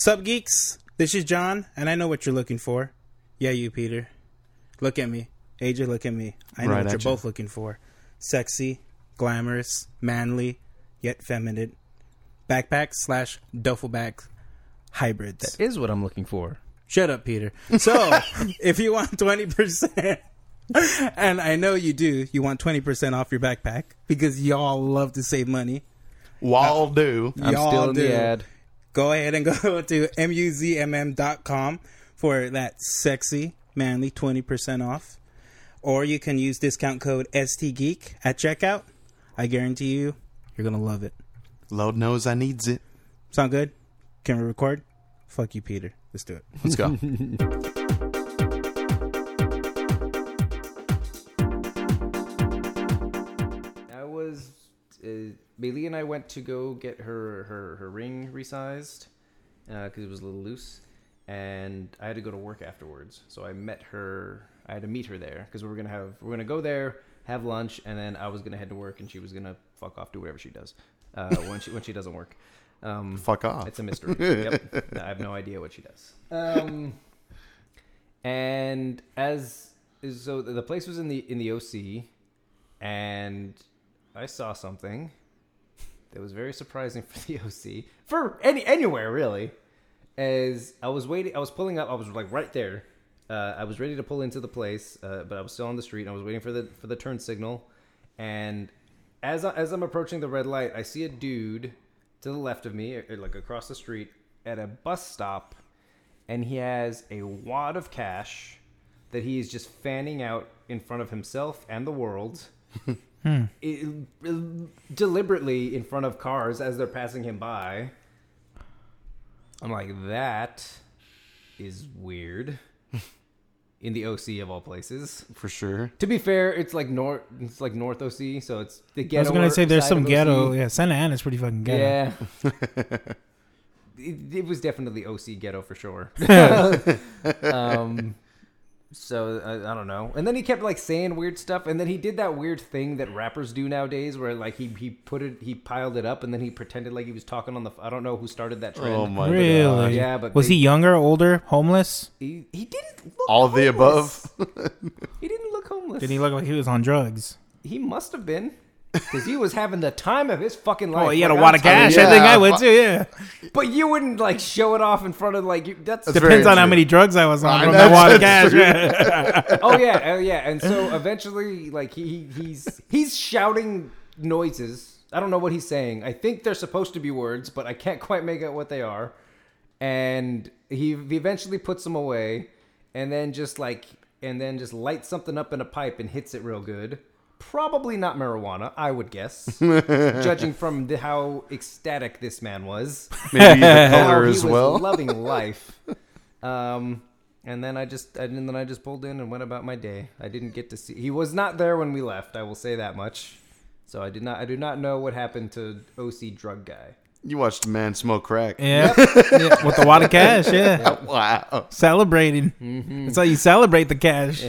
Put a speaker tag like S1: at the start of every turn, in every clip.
S1: Sub geeks, this is John, and I know what you're looking for. Yeah, you, Peter. Look at me, AJ. Look at me. I know
S2: Right
S1: what
S2: at
S1: you're
S2: you.
S1: both looking for: sexy, glamorous, manly, yet feminine. Backpack slash duffel bag hybrids.
S2: Is what I'm looking for.
S1: Shut up, Peter. So, if you want 20%, and I know you do, you want 20% off your backpack because y'all love to save money.
S3: Wall do.
S2: I'm
S1: Y'all
S2: still in
S1: do.
S2: the ad.
S1: Go ahead and go to muzmm.com for that sexy, manly 20% off. Or you can use discount code STGeek at checkout. I guarantee you, you're going to love it.
S3: Lord knows I needs it.
S1: Sound good? Can we record? Fuck you, Peter. Let's do it.
S3: Let's go.
S4: I was uh, Bailey and I went to go get her her her ring resized because it was a little loose, and I had to go to work afterwards. So I met her. I had to meet her there because we were gonna have we are gonna go there, have lunch, and then I was gonna head to work, and she was gonna fuck off, do whatever she does uh, when she when she doesn't work. Um,
S3: Fuck off.
S4: it's a mystery. yep. I have no idea what she does. Um, and as so, the place was in the in the OC, and I saw something that was very surprising for the OC for any anywhere really. As I was waiting, I was pulling up. I was like right there. Uh, I was ready to pull into the place, uh, but I was still on the street. and I was waiting for the for the turn signal, and as I, as I'm approaching the red light, I see a dude to the left of me, or, like across the street, at a bus stop, and he has a wad of cash that he is just fanning out in front of himself and the world. It- it- deliberately in front of cars as they're passing him by. I'm like, that is weird. in the OC of all places.
S3: for sure.
S4: To be fair, it's like north, it's like North OC, so it's the ghetto.
S5: I was gonna say there's
S4: side
S5: some
S4: of OC.
S5: ghetto. Yeah, Santa Ana's pretty fucking ghetto.
S4: Yeah. it, it was definitely OC ghetto for sure. um, so I, I don't know. And then he kept like saying weird stuff, and then he did that weird thing that rappers do nowadays, where like he he put it, he piled it up, and then he pretended like he was talking on the. I don't know who started that trend.
S3: Oh my
S5: really?
S3: god.
S4: Yeah, but
S5: was
S4: they-
S5: he younger, older, homeless?
S4: He, he didn't look
S3: All the
S4: homeless.
S3: above.
S4: He didn't look homeless.
S5: Did he look like he was on drugs?
S4: He must have been. Because he was having the time of his fucking life.
S5: Oh, he had a
S4: Like,
S5: wad
S4: I'm
S5: of cash.
S3: you.
S5: I think
S3: Yeah,
S5: I would
S3: but-
S5: too. Yeah,
S4: t- But you wouldn't like show it off in front of like you, that's,
S3: That's
S5: depends
S3: Very
S5: on how
S3: true.
S5: many drugs I was on
S3: I
S5: from
S3: know,
S5: that wad of cash.
S3: that's true.
S5: Yeah.
S4: oh yeah, oh yeah. And so eventually, like he he- he's he's shouting noises. I don't know what he's saying. I think they're supposed to be words, but I can't quite make out what they are. And he he eventually puts them away, and then just like and then just lights something up in a pipe and hits it real good. Probably not marijuana, I would guess, judging from the, how ecstatic this man was
S3: Maybe the
S4: how
S3: color
S4: he
S3: as
S4: was
S3: well.
S4: loving life. Um, and then I just and then I just pulled in and went about my day. I didn't get to see. He was not there when we left. I will say that much. So I did not. I do not know what happened to OC drug guy.
S3: You watched a man smoke crack.
S5: Yeah. Yeah, with the wad of cash. Yeah,
S3: Wow.
S5: celebrating. That's how you celebrate the cash.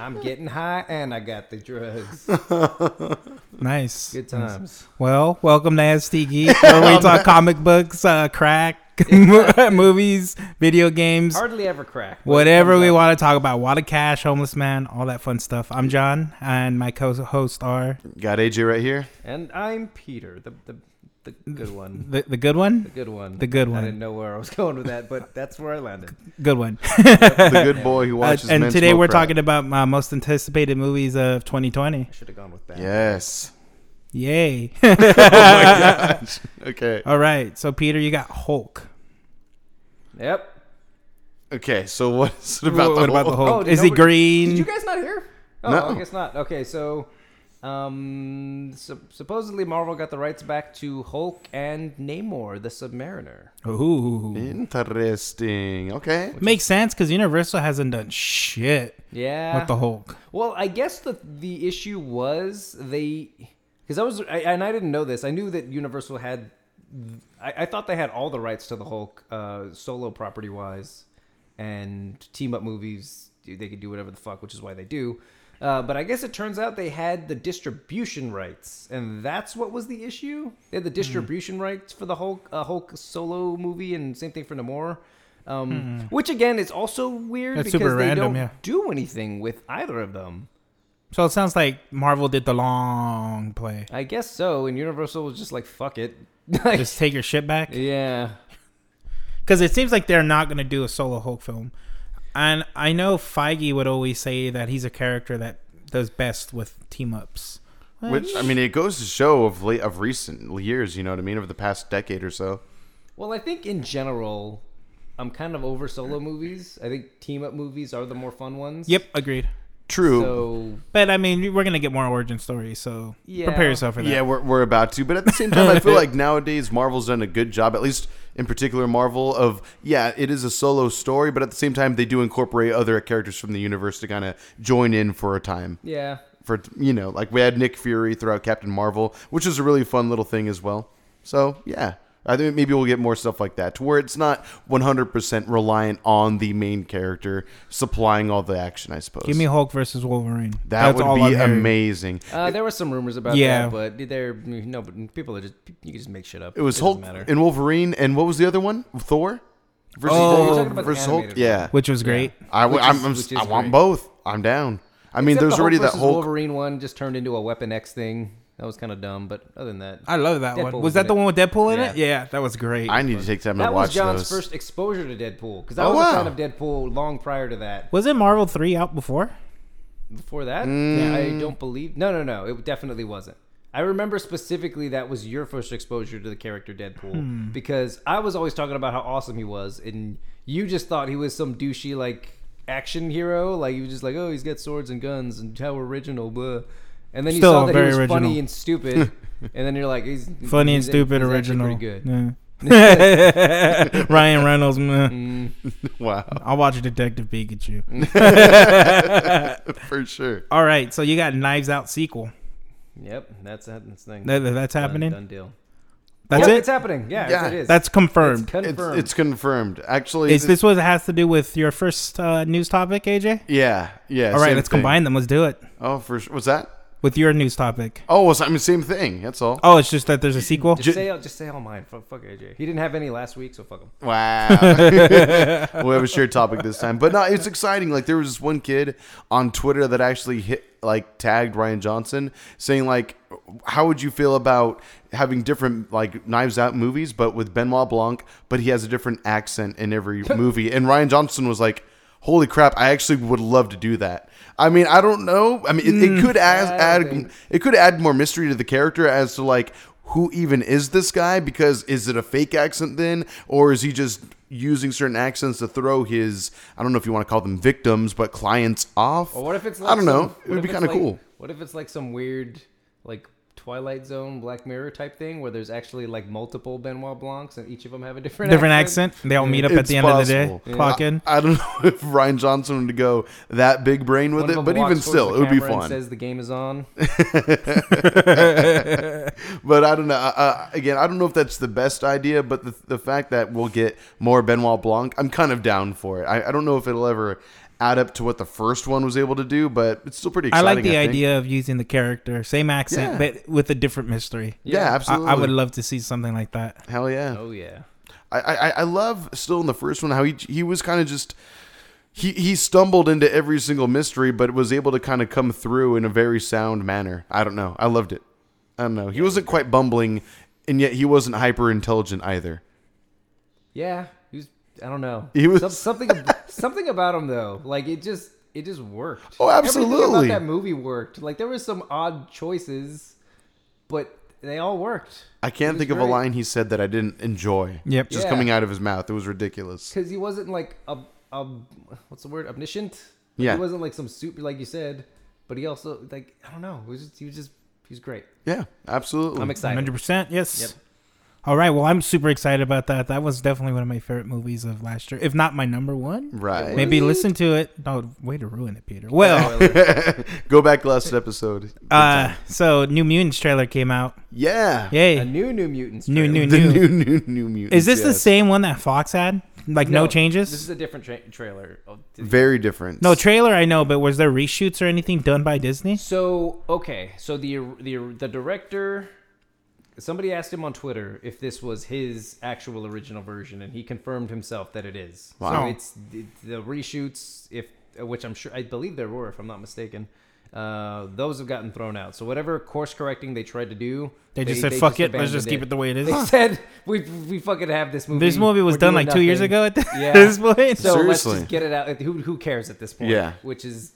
S4: I'm getting high and I got the drugs.
S5: Nice.
S4: Good times.
S5: Well, welcome to ST Geek, where we talk comic books, uh, crack, movies, video games.
S4: Hardly ever crack. but
S5: Whatever
S4: comes
S5: we
S4: up.
S5: want to talk about, wad of cash, homeless man, all that fun stuff. I'm John, and my co-host are
S3: Got AJ right here.
S4: And I'm Peter, the the, the good one.
S5: the, the good one,
S4: Good one.
S5: The good
S4: I
S5: one.
S4: didn't know where I was going with that, but that's where I landed.
S5: good one.
S3: The good boy who
S5: Uh,
S3: watches men
S5: and today
S3: smoke
S5: we're
S3: crack.
S5: talking about my most anticipated movies of 2020.
S4: I should have gone with that.
S3: Yes.
S5: Yay!
S3: Okay.
S5: all right, so Peter, you got Hulk.
S4: Yep.
S3: Okay. So what is it about,
S5: what
S3: the,
S5: about the
S3: whole?
S5: Hulk?
S4: did
S5: Is he
S4: nobody-
S5: green?
S4: Did you guys not hear? Oh,
S3: No.
S4: I guess not. Okay, so um sup- supposedly Marvel got the rights back to Hulk and Namor the Submariner.
S5: Ooh,
S3: Interesting. Okay.
S5: makes sense because Universal hasn't done shit
S4: Yeah.
S5: with the Hulk.
S4: Well, I guess the the issue was they because I was I, and I didn't know this. I knew that Universal had. I, I thought they had all the rights to the Hulk, uh, solo property wise, and team up movies. They could do whatever the fuck, which is why they do. Uh, but I guess it turns out they had the distribution rights, and that's what was the issue. They
S5: Mm-hmm.
S4: had the distribution rights for the Hulk, uh, Hulk solo movie, and same thing for Namor. Um, Which again is also weird
S5: Mm-hmm. That's
S4: because
S5: super
S4: they
S5: random,
S4: don't
S5: yeah.
S4: do anything with either of them.
S5: So it sounds like Marvel did the long play.
S4: I guess so. And Universal was just like, "Fuck it." Like,
S5: Just take your shit back.
S4: yeah,
S5: Because it seems like they're not going to do a solo Hulk film. And I know Feige would always say that he's a character that does best with team ups.
S3: Which I mean, it goes to show of late of recent years. You know what I mean? Over the past decade or so.
S4: Well, I think in general, I'm kind of over solo movies. I think team up movies are the more fun ones.
S5: Yep, agreed.
S3: True.
S4: So
S5: But I mean, we're going to get more origin stories, so
S4: Yeah.
S5: prepare yourself for that.
S3: Yeah, we're, we're about to. But at the same time, I feel like nowadays Marvel's done a good job, at least in particular Marvel, of, yeah, it is a solo story, but at the same time, they do incorporate other characters from the universe to kind of join in for a time.
S4: yeah,
S3: For, you know, like we had Nick Fury throughout Captain Marvel, which is a really fun little thing as well. So, yeah. I think maybe we'll get more stuff like that to where it's not 100% reliant on the main character supplying all the action, I suppose.
S5: Give me Hulk versus Wolverine.
S3: that would
S5: I'm
S3: be
S5: hearing.
S3: amazing.
S4: uh, there were some rumors about
S5: Yeah.
S4: that, but they're no, but people are just you can just make shit up.
S3: It was
S4: doesn't
S3: Hulk
S4: matter.
S3: and Wolverine, and what was the other one? Thor versus,
S4: Oh,
S3: Hulk?
S4: you're talking about the
S3: versus Hulk.
S4: animated one.
S3: Yeah,
S5: Which was great.
S3: I,
S4: Which
S3: am
S4: is- which is
S3: I want
S4: great.
S3: both. I'm down. I mean,
S4: Except the
S3: there's
S4: Hulk
S3: already that
S4: versus
S3: Hulk.
S4: Wolverine one just turned into a Weapon X thing. That was kind of dumb, but other than that,
S5: I love that
S4: Deadpool
S5: one.
S4: was
S5: Was
S4: in
S5: that the
S4: it.
S5: one with Deadpool in it?
S4: Yeah.
S5: Yeah, that was great.
S3: I need to take time
S4: that
S3: to
S4: was
S3: watch
S4: John's
S3: those.
S4: first exposure to Deadpool because I
S3: Oh,
S4: was a
S3: wow.
S4: fan of Deadpool long prior to that.
S5: was it Marvel 3 out before?
S4: Before that,
S5: Mm.
S4: I don't believe. No, no, no. It definitely wasn't. I remember specifically that was your first exposure to the character Deadpool
S5: Hmm.
S4: because I was always talking about how awesome he was, and you just thought he was some douchey like action hero. Like you was just like, oh, he's got swords and guns and how original, blah. And then you
S5: Still
S4: saw that he
S5: very
S4: was funny
S5: original.
S4: and stupid, and then you're like, he's
S5: Funny
S4: Mm,
S5: and
S4: he's-
S5: stupid,
S4: he's actually
S5: original.
S4: pretty good.
S5: Yeah. Ryan Reynolds. meh.
S3: Wow,
S5: I'll watch Detective Pikachu.
S3: for sure.
S5: All right, so you got Knives Out sequel.
S4: Yep, that's that's the thing.
S5: That- that's
S4: Done-
S5: happening.
S4: Done deal.
S5: That's
S4: Yep,
S5: it.
S4: It's happening. Yeah,
S3: Yeah.
S4: it is.
S5: That's confirmed.
S4: It's
S3: It's,
S4: confirmed.
S3: it's confirmed. Actually,
S5: Is this what it has to do with your first uh, news topic, AJ?
S3: Yeah, yeah.
S5: All right,
S3: same
S5: let's
S3: thing.
S5: combine them. Let's do it
S3: Oh, for sure. What's that?
S5: with your news topic.
S3: Oh, was I mean same thing. That's all.
S5: Oh, it's just that there's a sequel.
S4: Just say just say all mine. Fuck, fuck AJ. He didn't have any last week, so fuck him.
S3: Wow. we'll have a shared topic this time. But no, it's exciting. Like there was this one kid on Twitter that actually hit like tagged Ryan Johnson saying like how would you feel about having different like knives out movies but with Benoit Blanc, but he has a different accent in every movie. And Ryan Johnson was like Holy crap! I actually would love to do that. I mean, I don't know. I mean, it, it could add,
S4: I
S3: add
S4: don't think-
S3: it could add more mystery to the character as to like who even is this guy because is it a fake accent then or is he just using certain accents to throw his I don't know if you want to call them victims but clients off.
S4: Or what if it's like
S3: I don't know.
S4: some-
S3: It
S4: what
S3: would be
S4: if it's
S3: kind of
S4: like-
S3: cool.
S4: What if it's like some weird like Twilight Zone, Black Mirror type thing where there's actually like multiple Benoit Blancs and each of them have a different
S5: Different accent. They all meet up at
S3: It's
S5: the end of
S3: possible.
S5: the day. Clock in.
S3: I don't know if Ryan Johnson would go that big brain
S4: One
S3: with
S4: of
S3: it,
S4: them
S3: but
S4: walks
S3: even
S4: towards
S3: still,
S4: the
S3: it would be
S4: camera and
S3: fun.
S4: Says the game is on.
S3: but I don't know. Uh, again, I don't know if that's the best idea, but the, the fact that we'll get more Benoit Blanc, I'm kind of down for it. I, I don't know if it'll ever add up to what the first one was able to do, but it's still pretty
S5: I
S3: exciting.
S5: like the
S3: think.
S5: idea of using the character, same accent,
S3: Yeah.
S5: but with a different mystery.
S3: Yeah,
S4: Yeah.
S5: I,
S3: absolutely.
S5: I would love to see something like that.
S3: Hell yeah.
S4: Oh yeah.
S3: I, I, I love still in the first one how he he was kind of just he he stumbled into every single mystery, but was able to kind of come through in a very sound manner. I don't know. I loved it. I don't know. He wasn't quite bumbling, and yet he wasn't hyper intelligent either.
S4: Yeah. He was I don't know.
S3: He was-
S4: Some- something something about him though. Like it just it just worked.
S3: Oh,
S4: Everything
S3: absolutely.
S4: about that movie worked. Like there were some odd choices, but they all worked.
S3: I can't
S4: was
S3: think of a
S4: great.
S3: line he said that I didn't enjoy.
S5: Yep.
S3: just
S4: Yeah.
S3: coming out of his mouth. It was ridiculous.
S4: because he wasn't like ob, ob, what's the word omniscient Like,
S3: Yeah.
S4: he wasn't like some super like you said but he also like i don't know he was just he was just he was great
S3: Yeah, absolutely.
S4: i'm excited
S5: Hundred percent, yes.
S4: Yep.
S5: All right. Well, I'm super excited about that. That was definitely one of my favorite movies of last year, if not my number one.
S3: right.
S5: Maybe listen to it. No, way to ruin it, Peter. Well,
S3: Go back last episode.
S5: uh, so New Mutants trailer came out.
S3: yeah.
S5: Yay!
S4: a new new mutants
S5: New, new,
S4: trailer.
S3: The
S5: new.
S3: new new new mutant.
S5: Is this the same one that Fox had? like no, changes?
S4: This is a different tra- trailer. of-
S3: Very different.
S5: no trailer, I know, but was there reshoots or anything done by Disney?
S4: So okay, so the the the director, somebody asked him on Twitter if this was his actual original version, and he confirmed himself that it is.
S3: Wow.
S4: So it's the, the reshoots, if which I'm sure I believe there were, if I'm not mistaken. Uh, those have gotten thrown out. So whatever course correcting they tried to do,
S5: They just said, "Fuck it, let's
S4: abandoned
S5: just keep it the way it is."
S4: They said we we fucking have this movie.
S5: This movie was
S4: We're
S5: done
S4: doing
S5: like two years
S4: nothing."
S5: ago at th-
S4: Yeah.
S5: this point.
S4: So let's
S3: Seriously.
S4: just get it out. Who, who cares at this point?
S3: Yeah.
S4: which is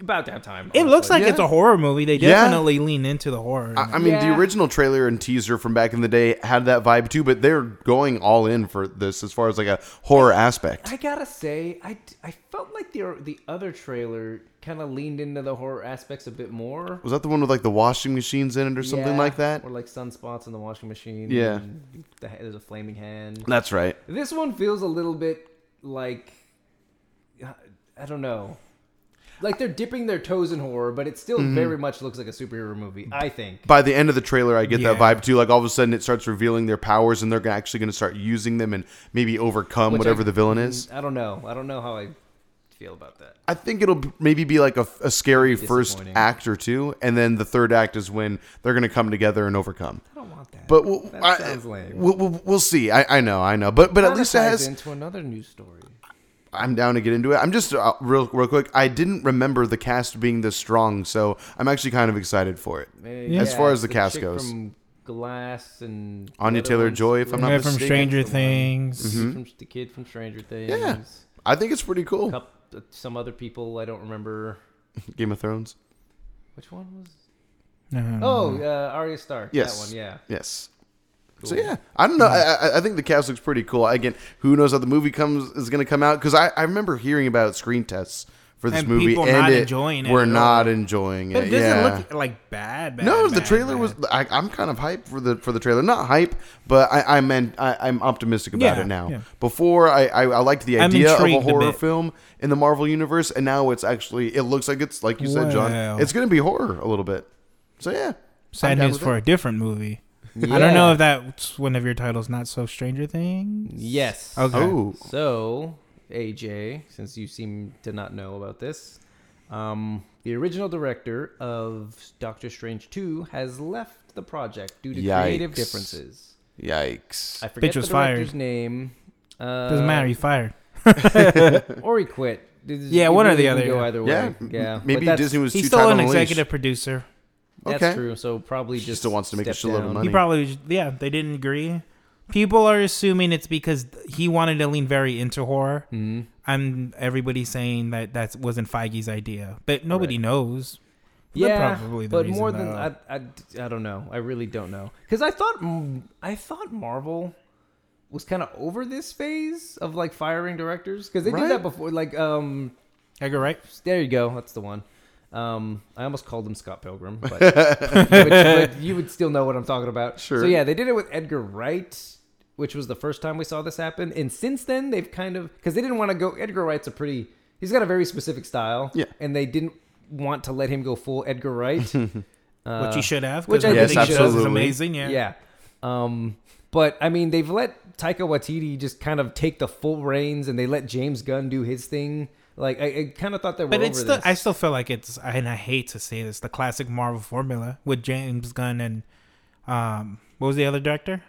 S4: about that time.
S5: it looks
S4: honestly.
S5: like it's a horror movie. They
S3: Yeah.
S5: definitely lean into the horror.
S3: I, I mean, the
S4: Yeah.
S3: original trailer and teaser from back in the day had that vibe too, but they're going all in for this as far as like a horror aspect.
S4: I gotta say, I, I felt like the the other trailer kind of leaned into the horror aspects a bit more,
S3: Was that the one with like the washing machines in it or something
S4: Yeah,
S3: like that?
S4: or like sunspots in the washing machine.
S3: Yeah.
S4: and the, ha- there's a flaming hand.
S3: That's right.
S4: This one feels a little bit like I don't know, like they're dipping their toes in horror, but it still
S3: Mm-hmm.
S4: very much looks like a superhero movie. I think.
S3: By the end of the trailer, I get that
S5: Yeah.
S3: vibe too. Like all of a sudden, it starts revealing their powers, and they're gonna- actually going to start using them and maybe overcome
S4: Which I- mm.
S3: whatever the villain is.
S4: I don't know. I don't know how I feel about that.
S3: I think it'll b- maybe be like a, a scary first
S4: Disappointing.
S3: act or two, and then the third act is when they're going to come together and overcome.
S4: I don't want that.
S3: But we'll,
S4: That
S3: I-
S4: sounds lame.
S3: We'll, we'll, we'll see. I, I know, I know. But but at least it
S4: Kinda ties
S3: has.
S4: into another news story.
S3: I'm down to get into it. I'm just uh, real real quick. I didn't remember the cast being this strong, so I'm actually kind of excited for it. As far as the cast
S4: chick
S3: goes.
S4: from Glass and
S3: Anya
S4: the other
S3: Taylor-Joy,
S4: ones-
S3: if I'm
S5: The
S3: not
S5: guy from
S3: mistaken.
S5: Stranger
S4: The one-
S5: Things.
S4: from, the kid from Stranger Things.
S3: Yeah, Oh. I think it's pretty cool.
S4: Cup- some other people I don't remember.
S3: Game of Thrones.
S4: Which one was?
S5: No.
S4: Oh, uh, Arya Stark.
S3: Yes.
S4: That one. Yeah.
S3: Yes. So yeah, I don't know.
S5: Hmm.
S3: I, I- I think the cast looks pretty cool. Again, who knows how the movie comes is going to come out? Because I, I remember hearing about screen tests for this
S5: And
S3: movie,
S5: people
S3: and
S5: not
S3: it-
S5: enjoying it
S3: we're
S5: at all.
S3: not enjoying it.
S5: But it doesn't
S3: yeah.
S5: look like bad. bad
S3: no, the
S5: bad,
S3: trailer
S5: bad.
S3: was. I, I'm kind of hyped for the for the trailer. Not hype, but I, I meant I, I'm optimistic about
S5: Yeah,
S3: it now.
S5: yeah.
S3: Before I, I, I liked the
S5: I'm
S3: idea of a
S5: intrigued a
S3: horror
S5: bit.
S3: film in the Marvel universe, and now it's actually it looks like it's like you said,
S5: Wow.
S3: John. It's going to be horror a little bit. So yeah, I'm
S5: sad
S3: down
S5: news
S3: with
S5: for
S3: it.
S5: a different movie. I
S4: Yeah.
S5: don't know if that's one of your titles. Not so Stranger Things.
S4: Yes.
S5: Okay.
S3: Oh,
S4: So, AJ, since you seem to not know about this, um, the original director of Doctor Strange 2 has left the project due to creative
S3: Yikes.
S4: differences.
S3: yikes!
S4: I forget
S5: Bitch was
S4: the director's
S5: fired.
S4: name. Uh,
S5: Doesn't matter. You fired.
S4: or he quit. This is-
S5: Yeah,
S4: it
S5: one or the
S4: can
S5: other,
S4: Go
S5: yeah.
S4: either
S3: Yeah,
S4: way.
S3: m-
S4: Yeah,
S3: m-
S4: but
S3: Maybe
S4: that's,
S3: Disney was
S5: He's
S3: too
S5: still
S3: tight
S5: an
S3: on the leash.
S5: executive producer.
S4: That's
S3: Okay.
S4: true. So probably
S3: She
S4: just
S3: still wants to make a
S4: stepped
S3: shitload of
S4: down.
S3: money.
S5: He probably, yeah, they didn't agree. People are assuming it's because he wanted to lean very into horror. Mm-hmm. I'm everybody's saying that that wasn't Feige's idea, but nobody knows. They're
S4: Yeah,
S5: probably the
S4: but
S5: reason,
S4: more than I,
S5: though.
S4: I, I don't know. I really don't know because I thought mm, I thought Marvel was kind of over this phase of like firing directors because they
S3: Right?
S4: did that before. Like, um,
S5: Edgar Wright.
S4: there you go. That's the one. Um, I almost called him Scott Pilgrim, but, but- but you would still know what I'm talking about.
S3: Sure.
S4: So yeah, they did it with Edgar Wright, which was the first time we saw this happen. And since then, they've kind of because they didn't want to go. Edgar Wright's a pretty. He's got a very specific style.
S3: Yeah.
S4: And they didn't want to let him go full Edgar Wright. uh,
S5: which you should have. 'cause
S4: which I
S5: everything
S3: think Yes,
S5: she does is
S3: absolutely.
S5: amazing. Yeah.
S4: yeah. Um, but I mean, they've let Taika Waititi just kind of take the full reins, and they let James Gunn do his thing. Like I, I kind of thought they were
S5: But
S4: over
S5: it's still,
S4: this.
S5: I still feel like it's, and I hate to say this, the classic Marvel formula with James Gunn and, um, what was the other director?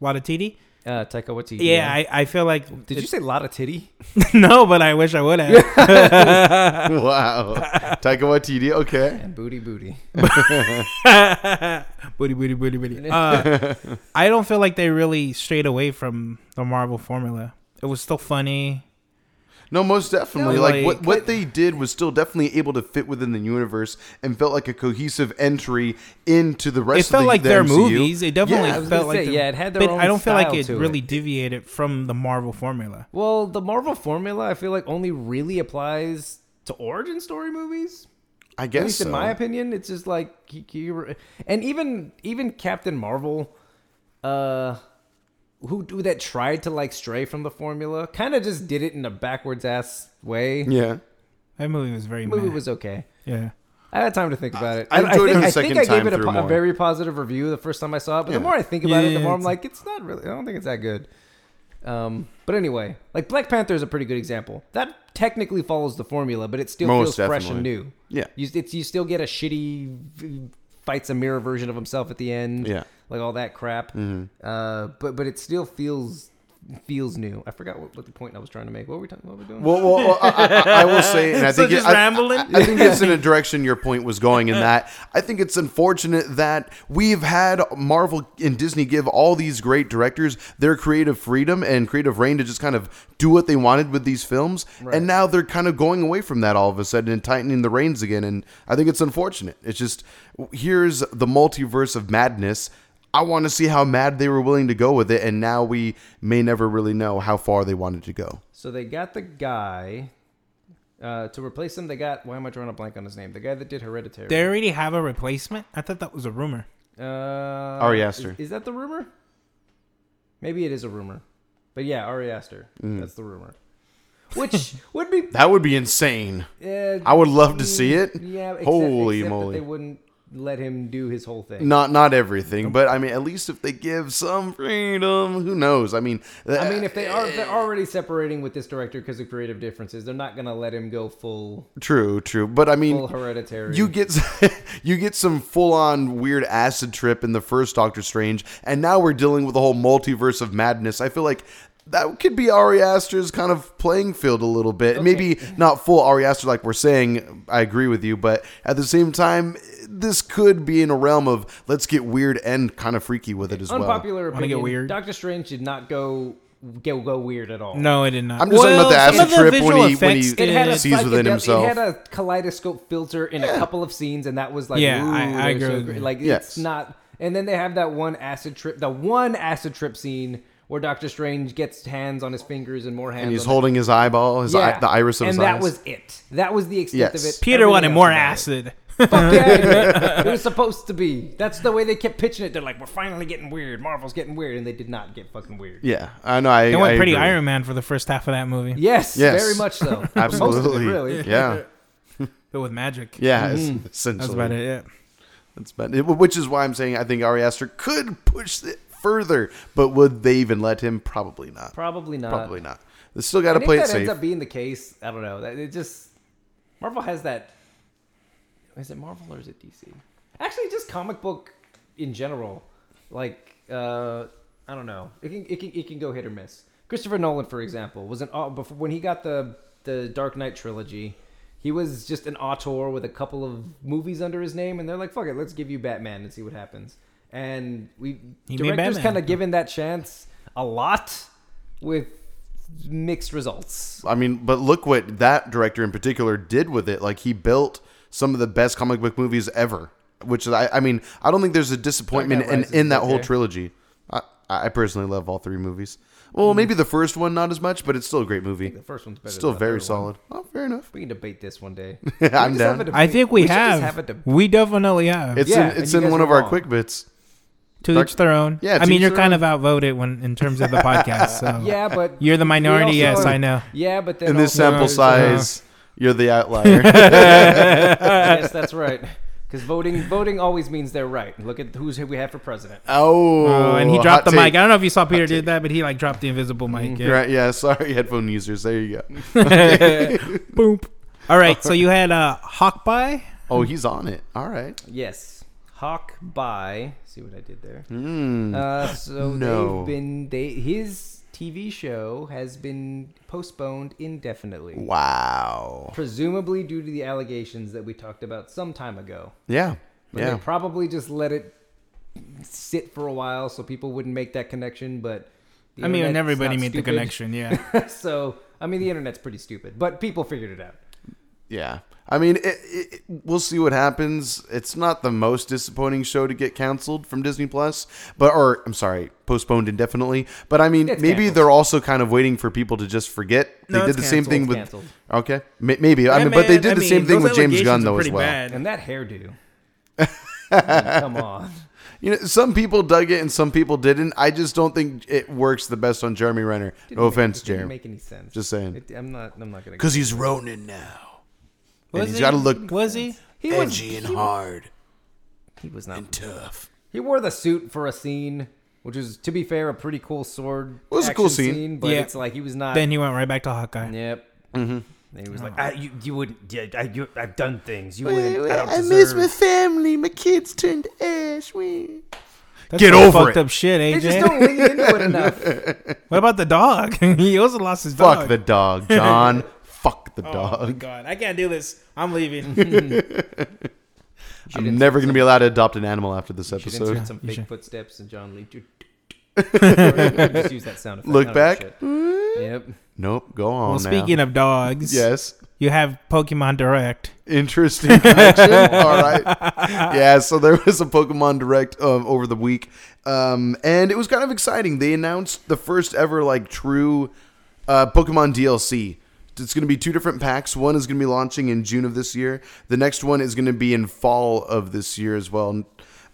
S5: Wadatiti?
S4: Uh, Taika Waititi.
S5: Yeah, I, I feel like
S4: Did you say lot of titty?
S5: no, but I wish I would have.
S3: wow. Taika Waititi. Okay.
S4: And booty booty.
S5: booty, booty, booty, booty. Uh, I don't feel like they really strayed away from the Marvel formula. It was still funny.
S3: No, most definitely.
S5: No,
S3: like,
S5: like-
S3: what what they did was still definitely able to fit within the universe and felt like a cohesive entry into the rest.
S5: It felt
S3: of the,
S5: like
S3: the
S5: their
S3: MCU.
S5: movies. It definitely
S3: Yeah.
S4: I was
S5: felt
S4: gonna
S5: like
S4: say,
S5: their-
S4: yeah, it had their
S5: but
S4: own
S5: I don't feel like
S4: style
S5: it
S4: to it.
S5: really deviated from the Marvel formula.
S4: Well, the Marvel formula, I feel like, only really applies to origin story movies.
S3: I
S4: At
S3: guess
S4: least
S3: so.
S4: in my opinion, it's just like he- he- and even even Captain Marvel, uh, who who that tried to like stray from the formula, kind of just did it in a backwards ass way.
S3: yeah.
S5: That movie was very.
S4: The movie
S5: meh.
S4: was okay.
S5: yeah.
S4: I had time to think about it.
S3: I enjoyed it
S4: think,
S3: the
S4: I
S3: second
S4: think I
S3: time
S4: gave it a,
S3: through
S4: po- a
S3: more.
S4: very positive review the first time I saw it, but
S3: Yeah.
S4: the more I think about it,
S5: Yeah,
S4: the more I'm
S5: it's-
S4: like, it's not really. I don't think it's that good. Um, but anyway, like Black Panther is a pretty good example. That technically follows the formula, but it still
S3: Most
S4: feels fresh and
S3: definitely.
S4: new.
S3: Yeah.
S4: you, it's, you still get a shitty v- fights a mirror version of himself at the end.
S3: Yeah. Mm-hmm.
S4: like all that crap. Uh, but but it still feels feels new. I forgot what, what the point I was trying to make. What were we talking? What were we doing?
S3: Well, well, well, I, I- I will say, and I
S5: So
S3: think
S5: just
S3: it, I,
S5: rambling?
S3: I, I think it's in a direction your point was going. In that, I think it's unfortunate that we've had Marvel and Disney give all these great directors their creative freedom and creative reign to just kind of do what they wanted with these films, and now they're kind of going away from that all of a sudden and tightening the reins again. And I think it's unfortunate. It's just here's the multiverse of madness. I want to see how mad they were willing to go with it, and now we may never really know how far they wanted to go.
S4: So they got the guy uh, to replace him. They got why am I drawing a blank on his name? The guy that did Hereditary.
S5: They already have a replacement. I thought that was a rumor.
S4: Uh,
S3: Ari
S4: is-
S3: Aster.
S4: Is, that the rumor? Maybe it is a rumor, but yeah, Ari Aster.
S3: Mm-hmm.
S4: That's the rumor. Which would be.
S3: That would be insane.
S4: Uh,
S3: I would love to see it.
S4: Yeah. Except,
S3: Holy
S4: except that
S3: moly.
S4: they wouldn't let him do his whole thing.
S3: Not not everything, but I mean, at least if they give some freedom, who knows? I mean,
S4: I mean, if they are, if
S3: Eh.
S4: they're already separating with this director because of creative differences. They're not gonna let him go full,
S3: true, true, but I mean,
S4: full hereditary.
S3: you get you get some full on weird acid trip in the first Doctor Strange, and now we're dealing with the whole multiverse of madness. I feel like. That could be Ari Aster's kind of playing field a little bit. Maybe not full Ari Aster like we're saying. I agree with you, but at the same time, this could be in a realm of let's get weird and kind of freaky with it as well.
S4: unpopular
S5: Wanna get
S4: opinion.
S5: weird?
S4: Doctor Strange did not go go, go weird at all.
S5: No, I did not.
S3: I'm just
S5: Well,
S3: talking
S5: some
S3: about
S5: of
S3: the acid trip when
S5: visual
S3: he when he
S5: effects did.
S4: a
S3: sees within
S4: psychedel-
S3: himself.
S4: It had a kaleidoscope filter in a couple of scenes, and that was like,
S5: Yeah,
S4: ooh,
S5: I- I
S4: they're
S5: agree
S4: so
S5: with
S4: great.
S5: you.
S4: Like,
S3: Yes.
S4: it's not. And then they have that one acid trip, the one acid trip scene where Doctor Strange gets hands on his fingers and more hands.
S3: and he's
S4: on
S3: holding his eyeball, his eye, the iris
S4: and
S3: of his
S4: that
S3: eyes.
S4: was it. That was the extent
S3: Yes.
S4: of it.
S5: Peter
S4: Everything
S5: wanted
S4: else
S5: more
S4: about it.
S5: acid.
S4: Fuck yeah, it was. it was supposed to be. That's the way they kept pitching it. They're like, we're finally getting weird. Marvel's getting weird, and they did not get fucking weird.
S3: yeah, I know. I,
S5: They went
S3: I
S5: pretty
S3: agree.
S5: Iron Man for the first half of that movie,
S4: Yes,
S3: Yes.
S4: very much so. Most of it,
S3: Absolutely.
S4: really. Mm-hmm.
S3: Yeah.
S5: but with magic.
S3: Yeah. it's Essentially.
S5: that's about it. Yeah.
S3: That's about it. Which is why I'm saying I think Ari Aster could push it further, but would they even let him? Probably not.
S4: Probably not.
S3: Probably not. They still got to
S4: And
S3: play
S4: if
S3: it
S4: that
S3: safe.
S4: ends up being the case, I don't know. That- It just Marvel has that. Is it Marvel or is it DC? Actually, just comic book in general. Like uh, I don't know. It can it can it can go hit or miss. Christopher Nolan, for example, was an au- before when he got the the Dark Knight trilogy. He was just an auteur with a couple of movies under his name, and they're like, "Fuck it, let's give you Batman and see what happens." And we
S5: He made
S4: directors
S5: Batman.
S4: kind of given that chance a lot with mixed results.
S3: I mean, but look what that director in particular did with it. Like he built some of the best comic book movies ever. Which is, I, I mean, I don't think there's a disappointment
S4: Dark Knight
S3: in,
S4: Rises
S3: in
S4: is
S3: that whole
S4: okay.
S3: trilogy. I, I personally love all three movies. Well, maybe the first one not as much, but it's still a great movie.
S4: Mm-hmm. The first one's better.
S3: Still
S4: than the
S3: very
S4: third one.
S3: solid. Oh, fair enough.
S4: We can debate this one day.
S3: I'm
S4: We just have
S3: down.
S4: a debate.
S5: I think we,
S4: should
S5: have.
S4: just have a debate.
S5: we definitely have.
S3: It's
S4: Yeah,
S3: in,
S4: and
S3: it's
S4: you
S3: in
S4: guys
S3: one
S4: were
S3: of our
S4: wrong.
S3: quick bits.
S5: to
S3: Dark-
S5: each their own.
S3: Yeah,
S5: I
S3: to
S5: mean,
S3: each
S5: you're
S3: their
S5: kind of outvoted when in terms of the podcast. So
S4: Yeah, but
S5: You're the
S4: we
S5: minority,
S4: also-
S5: yes, I know.
S4: Yeah, but then
S3: In this
S4: also-
S3: sample size, you're the outlier.
S4: yes, that's right. Because voting voting always means they're right. Look at who's who we have for president.
S3: oh,
S5: Oh, and he
S3: hot
S5: dropped the
S3: take. Mm-hmm.
S5: mic. I don't know if you saw Peter did that, but he like dropped the invisible mic. Yeah.
S3: Right, yeah, sorry, headphone users. There you go.
S5: Boop. All right. So you had uh, Hawkeye.
S3: Oh, he's on it. All right.
S4: Yes, Hawk by. See what I did there. Uh, so
S3: Hmm. No.
S4: they've been they his TV show has been postponed indefinitely,
S3: Wow.
S4: presumably due to the allegations that we talked about some time ago.
S3: Yeah.
S4: But
S3: yeah.
S4: They probably just let it sit for a while so people wouldn't make that connection. But the
S5: I mean,
S4: internet's
S5: and everybody
S4: not
S5: made the
S4: stupid.
S5: connection. Yeah.
S4: so I mean, the internet's pretty stupid, but people figured it out.
S3: Yeah. I mean, it, it, it- we'll see what happens. It's not the most disappointing show to get canceled from Disney Plus, but or I'm sorry, postponed indefinitely. But I mean,
S4: It's
S3: maybe
S4: canceled.
S3: they're also kind of waiting for people to just forget.
S5: No,
S3: they did
S5: it's
S3: the same thing
S4: canceled.
S3: with
S4: Canceled.
S3: okay, May maybe. I mean, but they did the same thing with James Gunn though as well.
S4: And that hairdo. I mean, come on.
S3: You know, some people dug it and some people didn't. I just don't think it works the best on Jeremy Renner.
S4: Didn't
S3: no
S4: make-
S3: offense,
S4: it didn't
S3: Jeremy,
S4: Make any sense?
S3: Just saying.
S4: It- I'm not. I'm not gonna.
S3: because he's Ronin now, and
S5: Was
S3: he's
S5: he?
S3: got to look
S5: Was he?
S4: he was.
S3: edgy and hard
S4: He was not.
S3: and tough.
S4: He wore the suit for a scene which is to be fair a pretty cool sword.
S3: It was a cool
S4: action
S3: scene.
S4: but
S5: Yeah.
S4: it's like he was not.
S5: Then Oh. he went right back to Hawkeye.
S4: yep.
S3: Mm-hmm.
S4: And he was like, I, you, you wouldn't. Yeah, I, you, I've done things. You
S3: I,
S4: wouldn't. I, don't
S3: miss
S4: deserve-"
S3: my family. My kids turned ash. We.
S5: That's
S3: Get
S5: some
S3: over
S5: fucked
S3: it.
S5: up shit,
S4: They
S5: AJ.
S4: just don't lean into it enough.
S5: What about the dog? he also lost his
S3: Fuck
S5: dog.
S3: the dog, John. Fuck the
S5: Oh my
S3: dog. Oh,
S5: god, I can't do this. I'm leaving.
S3: I'm never gonna be allowed to adopt an animal after this
S4: Should
S3: episode.
S4: insert some
S5: You
S4: fake
S5: should.
S4: footsteps and John Lee. just use that sound effect.
S3: Look
S4: I don't
S3: back.
S4: give a shit. Yep.
S3: Nope. Go on.
S5: well,
S3: now.
S5: speaking of dogs,
S3: yes.
S5: you have Pokemon Direct.
S3: Interesting connection. All right. Yeah, so there was a Pokemon Direct um, over the week, um, and it was kind of exciting. They announced the first ever like true uh, Pokemon DLC. It's going to be two different packs. One is going to be launching in June of this year. The next one is going to be in fall of this year as well.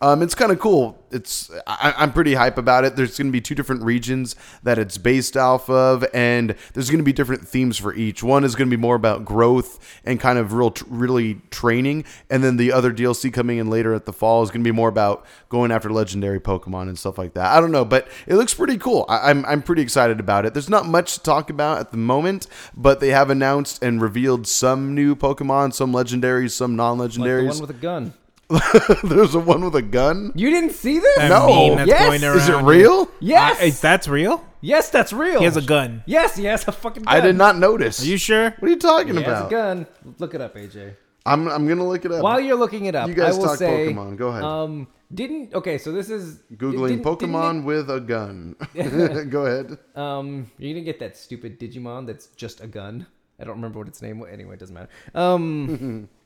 S3: Um, it's kind of cool. It's I, I'm pretty hype about it. There's going to be two different regions that it's based off of, and there's going to be different themes for each. One is going to be more about growth and kind of real, really training, and then the other DLC coming in later at the fall is going to be more about going after legendary Pokemon and stuff like that. I don't know, but it looks pretty cool. I, I'm I'm pretty excited about it. There's not much to talk about at the moment, but they have announced and revealed some new Pokemon, some legendaries, some
S4: Like the
S3: non-legendaries.
S4: one with a gun.
S3: there's a one with a gun.
S4: You didn't see this?
S5: That
S3: No.
S5: meme that's
S4: Yes.
S5: going around.
S3: Is it real? Oh,
S4: Yes.
S5: Uh, is that's real?
S4: yes, that's real.
S5: He has a gun.
S4: Yes, he has a fucking gun.
S3: I did not notice.
S5: Are you sure?
S3: What are you talking
S4: He has a
S3: about?
S4: gun. Look it up, AJ.
S3: I'm I'm gonna look it up.
S4: While you're looking it up,
S3: You guys
S4: I will
S3: talk
S4: say,
S3: Pokemon. Go ahead.
S4: Um, didn't okay. So this is
S3: Googling
S4: didn't- didn't
S3: Pokemon with a gun. Go ahead.
S4: it- um, you didn't get that stupid Digimon that's just a gun. I don't remember what its name was. Anyway, it doesn't matter. Um,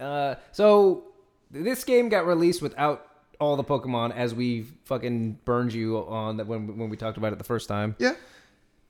S4: uh, so this game got released without all the Pokemon, as we fucking burned you on that when when we talked about it the first time.
S3: Yeah.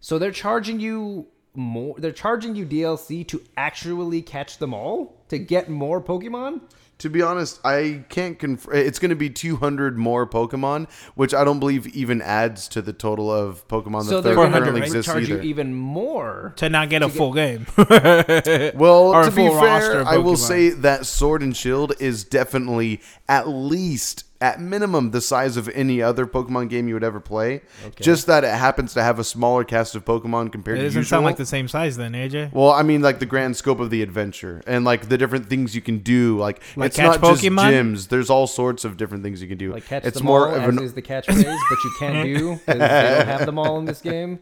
S4: So they're charging you more. They're charging you DLC to actually catch them all to get more Pokemon.
S3: To be honest, I can't confirm. It's going to be 200 more Pokemon, which I don't believe even adds to the total of Pokemon
S4: So
S3: that there
S4: they're going
S3: currently
S4: to
S3: exists
S4: charge you
S3: either.
S4: even more.
S5: To not get a full game.
S3: Well,
S5: Or
S3: to
S5: a
S3: be
S5: full roster
S3: fair,
S5: of
S3: I will
S5: Pokemon.
S3: say that Sword and Shield is definitely at least at minimum the size of any other Pokemon game you would ever play. Just that it happens to have a smaller cast of Pokemon compared
S5: It
S3: to
S5: doesn't
S3: usual.
S5: sound like the same size then, AJ.
S3: Well, I mean, like the grand scope of the adventure and like the different things you can do. Like,
S5: Like
S3: it's
S5: catch
S3: not just
S5: Pokemon?
S3: gyms. There's all sorts of different things you can do.
S4: Like catch
S3: it's
S4: them
S3: more
S4: all,
S3: of
S4: as
S3: an.
S4: is the catchphrase, but you can't do 'cause they don't have them all in this game.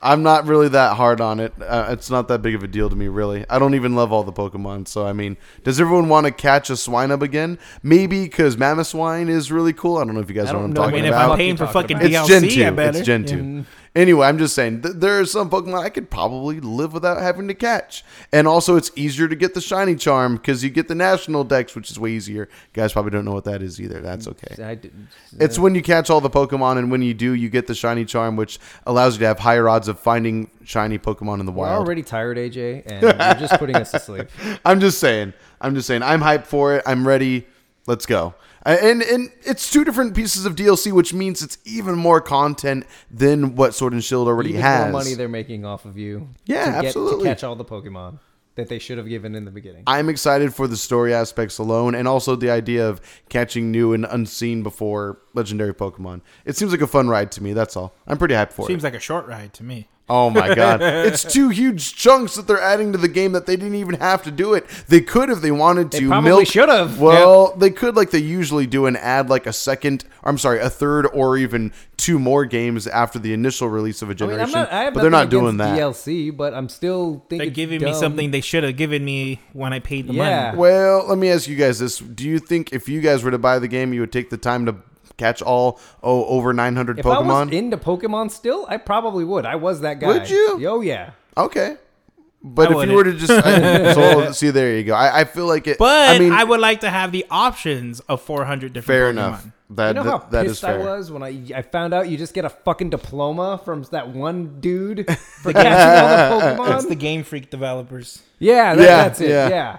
S3: I'm not really that hard on it. Uh, it's not that big of a deal to me, really. I don't even love all the Pokemon. So I mean, does everyone want to catch a swine up again? Maybe because Mamoswine is really cool. I don't know if you guys
S4: I
S3: know
S4: don't
S3: what I'm
S4: know
S5: I
S3: talking
S5: mean,
S4: what
S5: if
S4: the
S5: I'm
S4: fuck
S3: about.
S5: paying
S4: you
S5: for
S4: talking
S5: fucking
S4: about?
S3: It's
S5: DLC,
S3: Gen
S5: I
S3: 2.
S5: better.
S3: It's Gen 2. Anyway, I'm just saying, th- there are some Pokemon I could probably live without having to catch. And also, it's easier to get the Shiny Charm because you get the National Dex, which is way easier. You guys probably don't know what that is either. That's okay.
S4: I did-
S3: It's when you catch all the Pokemon, and when you do, you get the Shiny Charm, which allows you to have higher odds of finding Shiny Pokemon in the
S4: we're
S3: wild.
S4: already tired, AJ, and you're just putting us to sleep.
S3: I'm just saying. I'm just saying. I'm hyped for it. I'm ready. Let's go. Uh, And and it's two different pieces of DLC, which means it's even more content than what Sword and Shield already
S4: Even
S3: has.
S4: more money they're making off of you.
S3: Yeah,
S4: to get,
S3: absolutely.
S4: To catch all the Pokemon that they should have given in the beginning.
S3: I'm excited for the story aspects alone and also the idea of catching new and unseen before legendary Pokemon. It seems like a fun ride to me, that's all. I'm pretty hyped for
S5: Seems
S3: it.
S5: like a short ride to me.
S3: oh my god. It's two huge chunks that they're adding to the game that they didn't even have to do it. They could if they wanted to.
S4: probably
S3: milk-
S4: should've.
S3: Well, they could like they usually do and add like a second, I'm sorry, a third or even two more games after the initial release of a
S4: I mean,
S3: generation.
S4: I'm not, I have
S3: but they're not
S4: nothing
S3: doing
S4: against
S3: that.
S4: DLC, but I'm still thinking
S5: They're
S4: it's
S5: giving me
S4: dumb.
S5: something they should have given me when I paid the
S4: Yeah.
S5: money.
S3: Well, let me ask you guys this: Do you think if you guys were to buy the game, you would take the time to catch all oh over nine hundred
S4: If I was
S3: Pokemon?
S4: into Pokemon still, I probably would. I was that guy.
S3: Would you?
S4: Oh yeah.
S3: okay, but
S5: I
S3: if you were to just I, so, see, there you go. I, I feel like it.
S5: But I,
S3: I mean,
S5: would like to have the options of 400 different
S3: fair
S5: Pokemon.
S3: enough.
S4: You
S3: That
S4: know
S3: that-
S4: how
S3: that is
S4: pissed
S3: fair.
S4: I was when I I found out you just get a fucking diploma from that one dude for catching all the
S5: It's
S4: Pokemon.
S5: the Game Freak developers.
S4: yeah, that,
S3: Yeah,
S4: that's it.
S3: yeah.
S4: Yeah,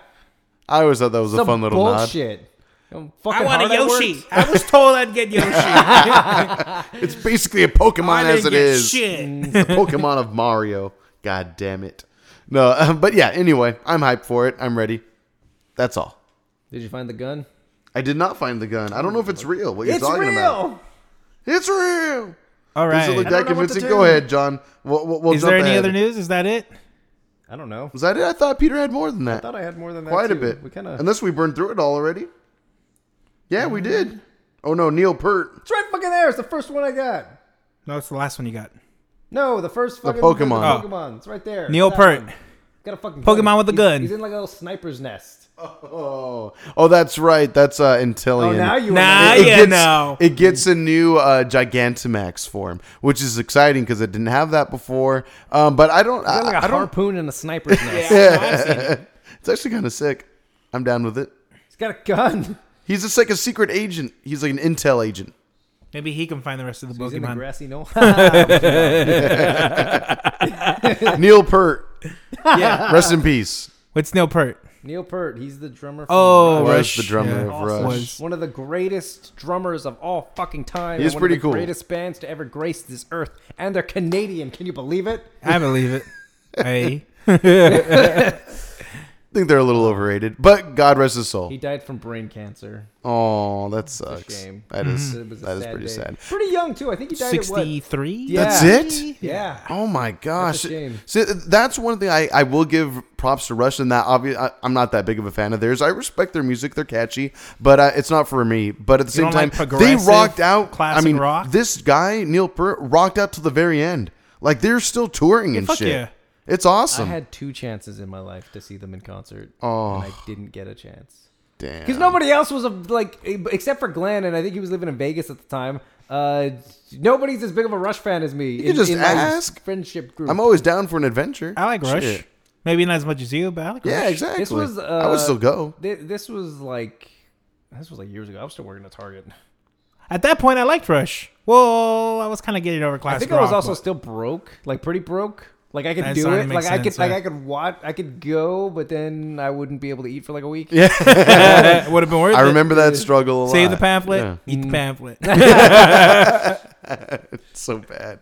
S3: I always thought that was a
S4: Some
S3: fun little
S4: bullshit. Um, fucking
S5: I want
S4: hard
S5: a
S4: at
S5: Yoshi.
S4: work.
S5: I was told I'd get Yoshi. I
S3: nod. It's basically a Pokemon as
S5: didn't
S3: it
S5: get
S3: is.
S5: shit.
S3: It's the Pokemon of Mario. God damn it. No, but yeah. Anyway, I'm hyped for it. I'm ready. That's all.
S4: Did you find the gun?
S3: I did not find the gun. I don't know if it's real. What you're
S4: it's
S3: talking
S4: real.
S3: about? It's real.
S5: All
S3: Does
S5: right.
S3: it look
S4: I
S3: that
S4: don't know what to
S3: convincing?
S4: do.
S3: Go ahead, John. We'll, we'll, we'll
S5: Is
S3: jump
S5: there any
S3: ahead.
S5: other news? Is that it?
S4: I don't know.
S3: Was that it? I thought Peter had more than
S4: I
S3: that.
S4: thought I had more than that.
S3: Quite a
S4: too.
S3: bit.
S4: We kind of.
S3: Unless we burned through it all already. Yeah, we did. Oh no, Neil Pert.
S4: It's right fucking there. It's the first one I got.
S5: No, it's the last one you got.
S4: No, the first fucking
S3: Pokemon.
S4: The Pokemon. It's right there.
S5: Neil
S4: That
S5: Peart.
S4: one. Got a fucking
S5: Pokemon
S4: gun.
S5: with a
S4: He's-
S5: gun.
S4: He's in like a little sniper's nest.
S3: Oh, oh, that's right. That's uh, Intillion.
S4: Oh, now you.
S5: Nah,
S4: remember.
S5: yeah.
S3: gets,
S5: no.
S3: it gets a new uh, Gigantamax form, which is exciting because it didn't have that before. Um, but I don't. I,
S4: Got like
S3: I
S4: a
S3: don't.
S4: harpoon and a sniper's nest.
S3: It's actually kind of sick. I'm down with it.
S4: He's got a gun.
S3: He's just like a secret agent. He's like an intel agent.
S5: Maybe he can find the rest of the
S4: He's in the
S5: Pokemon.
S4: grassy knoll.
S3: Neil Pert.
S5: yeah.
S3: Rest in peace.
S5: What's Neil Pert?
S4: Neil Peart. He's the drummer. For
S5: Oh,
S3: Was
S5: Rush.
S3: the drummer
S5: yeah.
S3: of Rush.
S5: Was.
S4: One of the greatest drummers of all fucking time.
S3: He's
S4: and one
S3: pretty
S4: of the
S3: cool.
S4: Greatest bands to ever grace this earth, and they're Canadian. Can you believe it?
S5: I believe it. Hey.
S3: I think they're a little overrated, but God rest his soul.
S4: He died from brain cancer.
S3: Oh, that sucks.
S4: shame.
S3: That is
S4: It was a
S3: that is
S4: sad
S3: pretty
S4: day.
S3: sad.
S4: Pretty young too. I think he died at what?
S5: 63?
S4: Yeah.
S3: That's it?
S4: Yeah.
S3: Oh my gosh!
S4: That's a shame.
S3: See, that's one thing I, I will give props to Rush in that. Obvious, I, I'm not that big of a fan of theirs. I respect their music; they're catchy, but uh, it's not for me. But at the same
S5: don't
S3: time,
S5: like
S3: they
S5: progressive
S3: rocked out. I
S5: classic
S3: mean,
S5: rock?
S3: this guy Neil Peart rocked out to the very end. Like they're still touring and
S5: fuck
S3: shit.
S5: yeah.
S3: It's
S4: I
S3: awesome.
S4: had two chances in my life to see them in concert,
S3: Oh.
S4: and I didn't get a chance
S3: Damn.
S4: because nobody else was of like, except for Glenn, and I think he was living in Vegas at the time. Uh, nobody's as big of a Rush fan as me. You
S3: can just ask.
S4: friendship group.
S3: I'm always down for an adventure.
S5: I like Rush.
S3: Shit.
S5: Maybe not as much as you, but I like
S3: Yeah,
S5: Rush.
S3: exactly.
S4: This was,
S3: I would
S4: uh,
S3: still go.
S4: Thi- this was like, this was like years ago. I was still working at Target.
S5: At that point, I liked Rush. Well, I was kind of getting over classic
S4: I think I was
S5: rock,
S4: also still broke, like pretty broke. Like I could
S5: That
S4: do
S5: sort of
S4: it. Like
S5: makes
S4: I could,
S5: sense,
S4: like
S5: yeah.
S4: I could watch. I could go, but then I wouldn't be able to eat for like a week.
S5: but would have been worth
S3: I
S5: it.
S3: remember that struggle. A
S5: Save
S3: lot.
S5: the pamphlet.
S3: Yeah.
S5: Eat the pamphlet.
S3: so bad.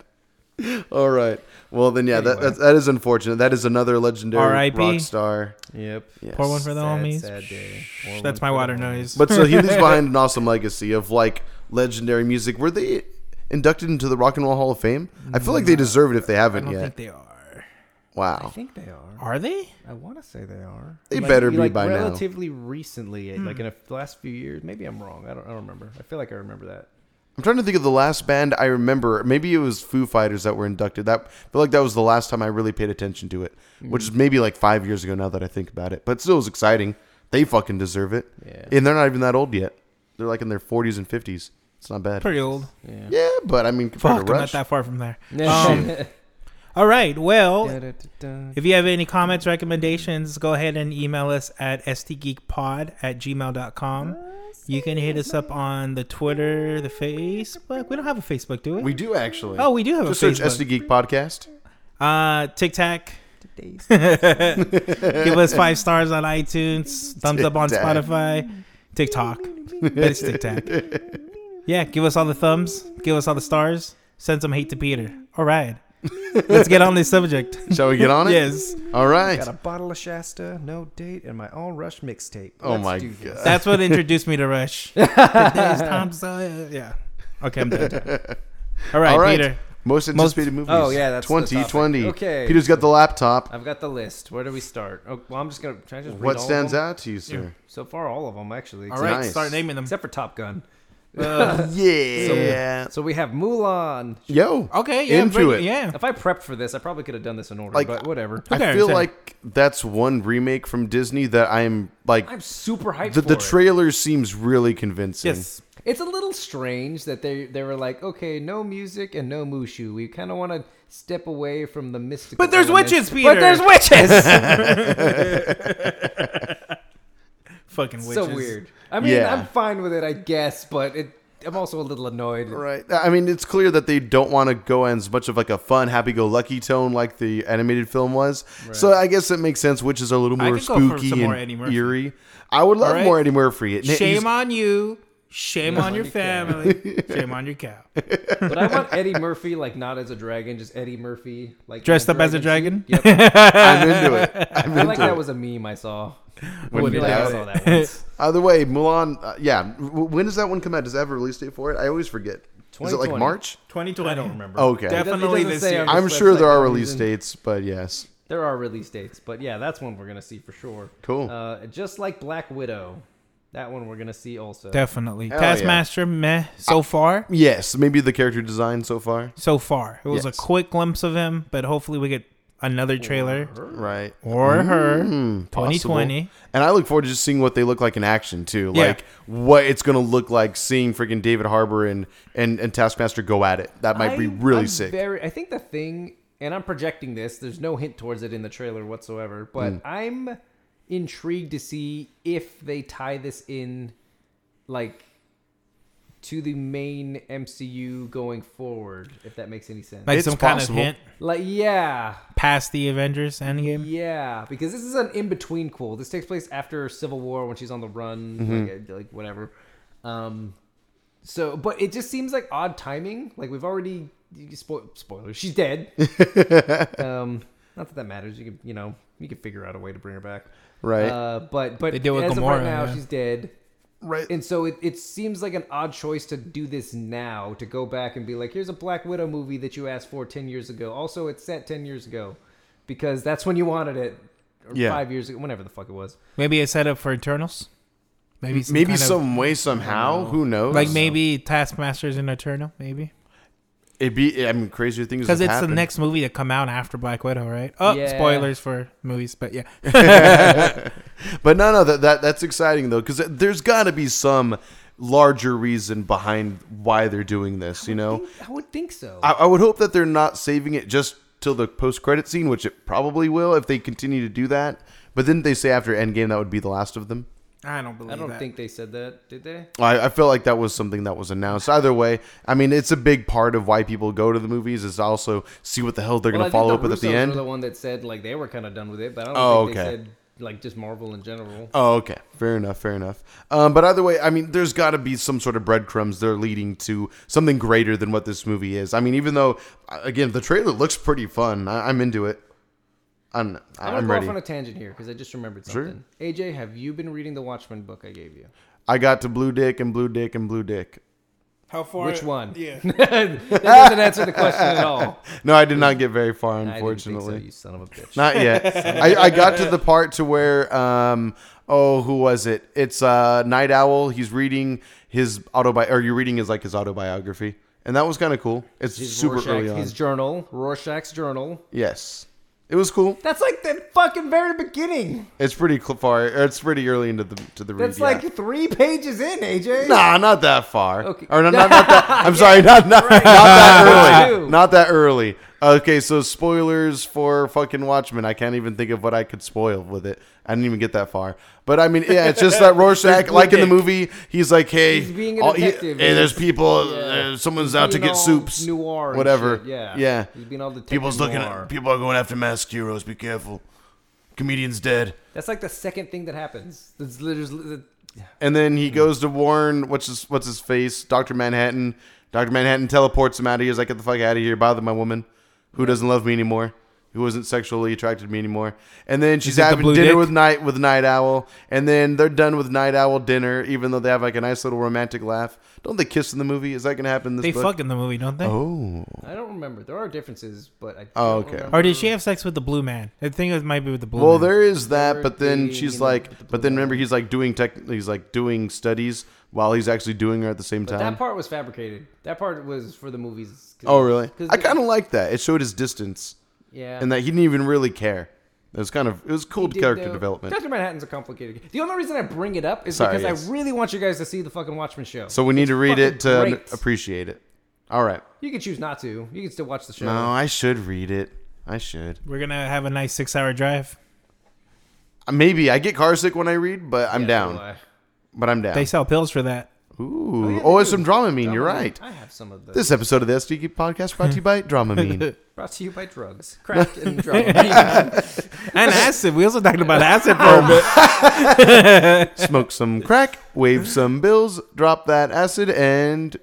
S3: All right. Well, then, yeah, that, that that is unfortunate. That is another legendary
S5: R.I.P..
S3: rock star.
S4: Yep.
S3: Yes.
S5: Pour one for the
S4: Sad,
S5: homies.
S4: sad day. Pour one
S5: That's my
S4: for the
S5: water
S4: homies.
S5: noise.
S3: But so he leaves behind an awesome legacy of like legendary music. Were they inducted into the Rock and Roll Hall of Fame? I feel like they deserve it if they
S5: Mm-hmm. I
S3: haven't
S5: don't
S3: yet.
S5: think they are.
S4: I
S3: wow.
S4: think they are.
S5: Are they?
S4: I want to say they are.
S3: They better be
S4: like
S3: by now.
S4: relatively recently, eh, like
S5: Hmm.
S4: in the last few years. Maybe I'm wrong. I don't. I don't remember. I feel like I remember that.
S3: I'm trying to think of the last band I remember. Maybe it was Foo Fighters that were inducted. That I feel like that was the last time I really paid attention to it, which is
S4: Mm.
S3: maybe like five years ago now that I think about it. But still, it was exciting. They fucking deserve it.
S4: Yeah.
S3: And they're not even that old yet. They're like in their 40s and 50s. It's not bad.
S5: Pretty old.
S4: Yeah.
S3: Yeah, but I mean, compared
S5: Fuck,
S3: to
S5: I'm not
S3: Rush,
S5: that far from there.
S4: Um,
S5: All right. Well,
S4: Da-da-da-da.
S5: if you have any comments, recommendations, go ahead and email us at stgeekpod at gmail.com. You can hit us up on the Twitter, the Facebook. We don't have a Facebook, do we?
S3: we do actually.
S5: oh, we do have
S3: just
S5: a
S3: search SD
S5: Facebook.
S3: Geek Podcast.
S5: Uh, Tic Tac. Give us five stars on iTunes, thumbs up on
S3: Tic-tac.
S5: Spotify, TikTok, but it's TikTok. Yeah, give us all the thumbs, give us all the stars, send some hate to Peter. All right, let's get on this subject.
S3: Shall we get on it?
S5: Yes,
S3: All right.
S4: Got a bottle of Shasta, no date, and my all rush mixtape.
S3: Oh
S4: Let's
S3: my
S4: do this.
S3: God.
S5: that's what introduced me to Rush. Today's Tom Sawyer. Yeah. Okay, I'm done. All right,
S3: All right.
S5: Peter.
S3: Most anticipated movies.
S4: Oh, yeah, that's the topic.
S3: 2020.
S4: Okay.
S3: Peter's got the laptop.
S4: I've got the list. Where do we start? Oh, well, I'm just gonna. Can I just read
S3: What
S4: all of
S3: stands
S4: them?
S3: out to you, sir?
S4: So far, all of them actually,
S5: All right,
S3: Nice.
S5: start naming them.
S4: except for Top Gun.
S3: Yeah.
S4: So we have Mulan.
S3: Yo.
S5: Okay, yeah,
S3: Into
S5: bring-
S3: it.
S5: yeah.
S4: If I prepped for this, I probably could have done this in order,
S3: Like,
S4: but whatever.
S5: Who
S3: I
S5: cares?
S3: feel
S5: Yeah.
S3: like that's one remake from Disney that I'm like
S4: I'm super hyped
S3: the
S4: for
S3: the
S4: it.
S3: trailer seems really convincing.
S5: Yes.
S4: It's a little strange that they they were like, okay, no music and no Mushu. We kind of want to step away from the mystical.
S5: But there's
S4: elements.
S5: witches,
S4: But
S5: Peter!
S4: there's witches.
S5: Fucking witches.
S4: so weird. I mean,
S3: Yeah.
S4: I'm fine with it, I guess, but it. I'm also a little annoyed.
S3: Right. I mean, it's clear that they don't want to go as much of like a fun, happy-go-lucky tone like the animated film was. So I guess it makes sense, which is a little
S5: I
S3: more
S5: could go for
S3: spooky
S5: some more Eddie
S3: and
S5: Murphy.
S3: eerie. I would love
S5: All right.
S3: more Eddie Murphy. It- he's-
S5: Shame on you. Shame on your family. Shame on your cow.
S4: But I want Eddie Murphy, like not as a dragon, just Eddie Murphy, like
S5: Dressed
S4: in a
S5: up as a
S4: dragon suit. Yep.
S3: I'm into it. I'm
S4: I
S3: into
S4: like
S3: it.
S4: that was a meme I saw.
S3: When
S4: I
S3: did
S4: feel like I
S3: that-
S4: saw that once.
S3: Either way, Mulan. Uh, yeah. W- When does that one come out? Does that have a release date for it? I always forget. Is it like
S4: 2020.
S3: March?
S5: 2020. I don't remember.
S3: Okay.
S5: Definitely
S4: It doesn't- it doesn't
S5: this
S4: say
S5: year.
S4: on the
S3: I'm
S4: slip,
S3: sure
S4: like,
S3: there are
S4: the
S3: release
S4: reason-
S3: dates, but yes.
S4: There are release dates, but yeah, that's one we're gonna see for sure.
S3: Cool.
S4: Uh, just like Black Widow, that one we're gonna see also.
S5: Definitely.
S3: Hell yeah.
S5: Taskmaster, meh. So far,
S3: Yes, maybe the character design so far.
S5: so far. It was
S3: Yes.
S5: a quick glimpse of him, but hopefully we get another trailer
S3: Right.
S5: or, her.
S3: Hmm, possible.
S5: 2020.
S3: And I look forward to just seeing what they look like in action too.
S5: Yeah.
S3: Like what it's gonna look like seeing freaking David Harbour and, and, and Taskmaster go at it. That might be
S4: I'm-
S3: really
S4: I'm
S3: sick.
S4: Very, I think the thing, and I'm projecting this. There's no hint towards it in the trailer whatsoever, but
S3: Mm.
S4: I'm intrigued to see if they tie this in, like, to the main MCU going forward. If that makes any sense.
S5: Like
S3: It's
S5: some kind
S3: possible.
S5: of hint
S4: like, yeah,
S5: past the Avengers Endgame.
S4: Yeah, because this is an in between cool. This takes place after Civil War when she's on the run, like, uh, like whatever. Um, so, but it just seems like odd timing. Like we've already spo- spoiler, she's dead. um, not that that matters. You can you know you can figure out a way to bring her back.
S3: right.
S4: Uh, but but
S5: They deal with
S4: as of right
S5: Gamora,
S4: now,
S5: yeah.
S4: she's dead.
S3: right.
S4: And so it, it seems like an odd choice to do this now, to go back and be like, here's a Black Widow movie that you asked for 10 years ago. Also, it's set 10 years ago because that's when you wanted it. Or
S3: Yeah.
S4: five years ago, whenever the fuck it was.
S5: Maybe it's set up for Eternals. Maybe some
S3: maybe
S5: kind of-
S3: some way, somehow. Who knows?
S5: like maybe Taskmaster's an Eternal. Maybe
S3: it'd be I mean crazier things.
S5: because
S3: have
S5: it's the
S3: happened.
S5: next movie to come out after Black Widow, right? Oh,
S4: Yeah.
S5: spoilers for movies, but yeah,
S3: But no, no, that, that that's exciting though, because there's got to be some larger reason behind why they're doing this. You know,
S4: I would think so.
S3: I, I would hope that they're not saving it just till the post credit scene, which it probably will if they continue to do that. But didn't they say after Endgame that would be the last of them?
S5: I don't believe.
S4: I don't
S5: that.
S4: think they said that, did they?
S3: I, I feel like that was something that was announced. Either way, I mean, it's a big part of why people go to the movies is to also see what the hell they're
S4: Well, I
S3: going to
S4: think
S3: follow
S4: the
S3: up with at the
S4: Russos
S3: end.
S4: Were the one that said like they were kind of done with it, but I don't
S3: Oh,
S4: think they
S3: okay.
S4: said like just Marvel in general.
S3: Oh, okay. Fair enough. Fair enough. Um, but either way, I mean, there's got to be some sort of breadcrumbs that are leading to something greater than what this movie is. I mean, even though, uh, again, the trailer looks pretty fun. I- I'm into it. I'm,
S4: I'm
S3: I'm,
S4: gonna go
S3: ready.
S4: off on a tangent here because I just remembered
S3: Sure.
S4: something. AJ, have you been reading the Watchmen book I gave you?
S3: I got to Blue Dick and Blue Dick and Blue Dick.
S5: How far?
S4: Which one?
S5: Yeah.
S4: that doesn't answer the question at all.
S3: No, I did not get very
S4: I
S3: far,
S4: didn't think so,
S3: unfortunately.
S4: you son of a bitch.
S3: Not yet. I, I got to the part to where um oh who was it? It's uh Night Owl. He's reading his autobi or you're reading his like his autobiography. And that was kind of cool. It's
S4: His
S3: super
S4: Rorschach-
S3: early on.
S4: His journal, Rorschach's journal.
S3: yes. It was cool.
S4: That's like the fucking very beginning.
S3: It's pretty cl- far. or It's pretty early into the to the read.
S4: That's
S3: yeah.
S4: like three pages in, AJ.
S3: Nah, not that far.
S4: Okay.
S3: Or not, not, not that. I'm sorry, not not, not that early.
S4: Ew.
S3: Not that early. Okay, so spoilers for fucking Watchmen. I can't even think of what I could spoil with it. I didn't even get that far. But I mean, yeah, it's just that Rorschach, like in the movie, he's like, hey,
S4: He's being a
S3: all- he-
S4: detective.
S3: hey, there's people.
S4: Yeah.
S3: uh, someone's out to
S4: Being
S3: get
S4: all
S3: soups.
S4: Noir. and
S3: whatever.
S4: shit, Yeah.
S3: Yeah.
S4: He's being all detective
S2: People's looking
S4: noir.
S2: at people are going after masked heroes. Be careful. Comedian's dead.
S4: That's like the second thing that happens. That's literally.
S3: And then
S4: Hmm.
S3: he goes to warn what's his what's his face, Doctor Manhattan. Doctor Manhattan teleports him out of here. He's like, "Get the fuck out of here! Bother my woman, who doesn't love me anymore, who isn't sexually attracted to me anymore." And then she's
S5: it the
S3: having
S5: blue
S3: dinner
S5: dick?
S3: with Night with Night Owl. And then they're done with Night Owl dinner, even though they have like a nice little romantic laugh. Don't they kiss in the movie? Is that gonna happen in this
S5: They
S3: book?
S5: fuck in the movie, don't they?
S3: oh,
S4: I don't remember. There are differences, but I.
S3: Oh,
S4: don't
S3: okay.
S4: remember.
S5: Or did she have sex with the blue man? I think it might be with the blue.
S3: well,
S5: man.
S3: there is that. But then
S4: They're
S3: she's
S4: being in the
S3: like, but then
S4: blue
S3: remember, he's like doing tech, he's like doing studies while he's actually doing her at the same
S4: But
S3: time.
S4: that part was fabricated. That part was for the movies. 'cause-
S3: Oh, really?
S4: 'cause
S3: I
S4: it-
S3: kind of like that. It showed his distance
S4: Yeah.
S3: and that he didn't even really care. It was kind of it was cool
S4: did,
S3: character
S4: though.
S3: development.
S4: Dr. Manhattan's a complicated. The only reason I bring it up is
S3: Sorry,
S4: because
S3: yes.
S4: I really want you guys to see the fucking Watchmen show.
S3: So we need to read it
S4: fucking
S3: to n-
S4: great.
S3: appreciate it. All right.
S4: you can choose not to. You can still watch the show.
S3: No, I should read it. I should.
S5: We're gonna have a nice six-hour drive.
S3: Uh, Maybe I get car sick when I read, but I'm
S4: Yeah,
S3: down.
S4: so do I.
S3: But I'm down.
S5: They sell pills for that.
S3: Ooh. Oh,
S4: yeah, they
S3: it's
S4: do.
S3: some Dramamine. You're
S4: Dramamine.
S3: right.
S4: I have some of those.
S3: This episode of the SDG podcast brought to you by Dramamine.
S4: Brought to you by drugs, crack, and drugs.
S5: And acid. We also talked about acid for a bit.
S3: Smoke some crack, wave some bills, drop that acid, and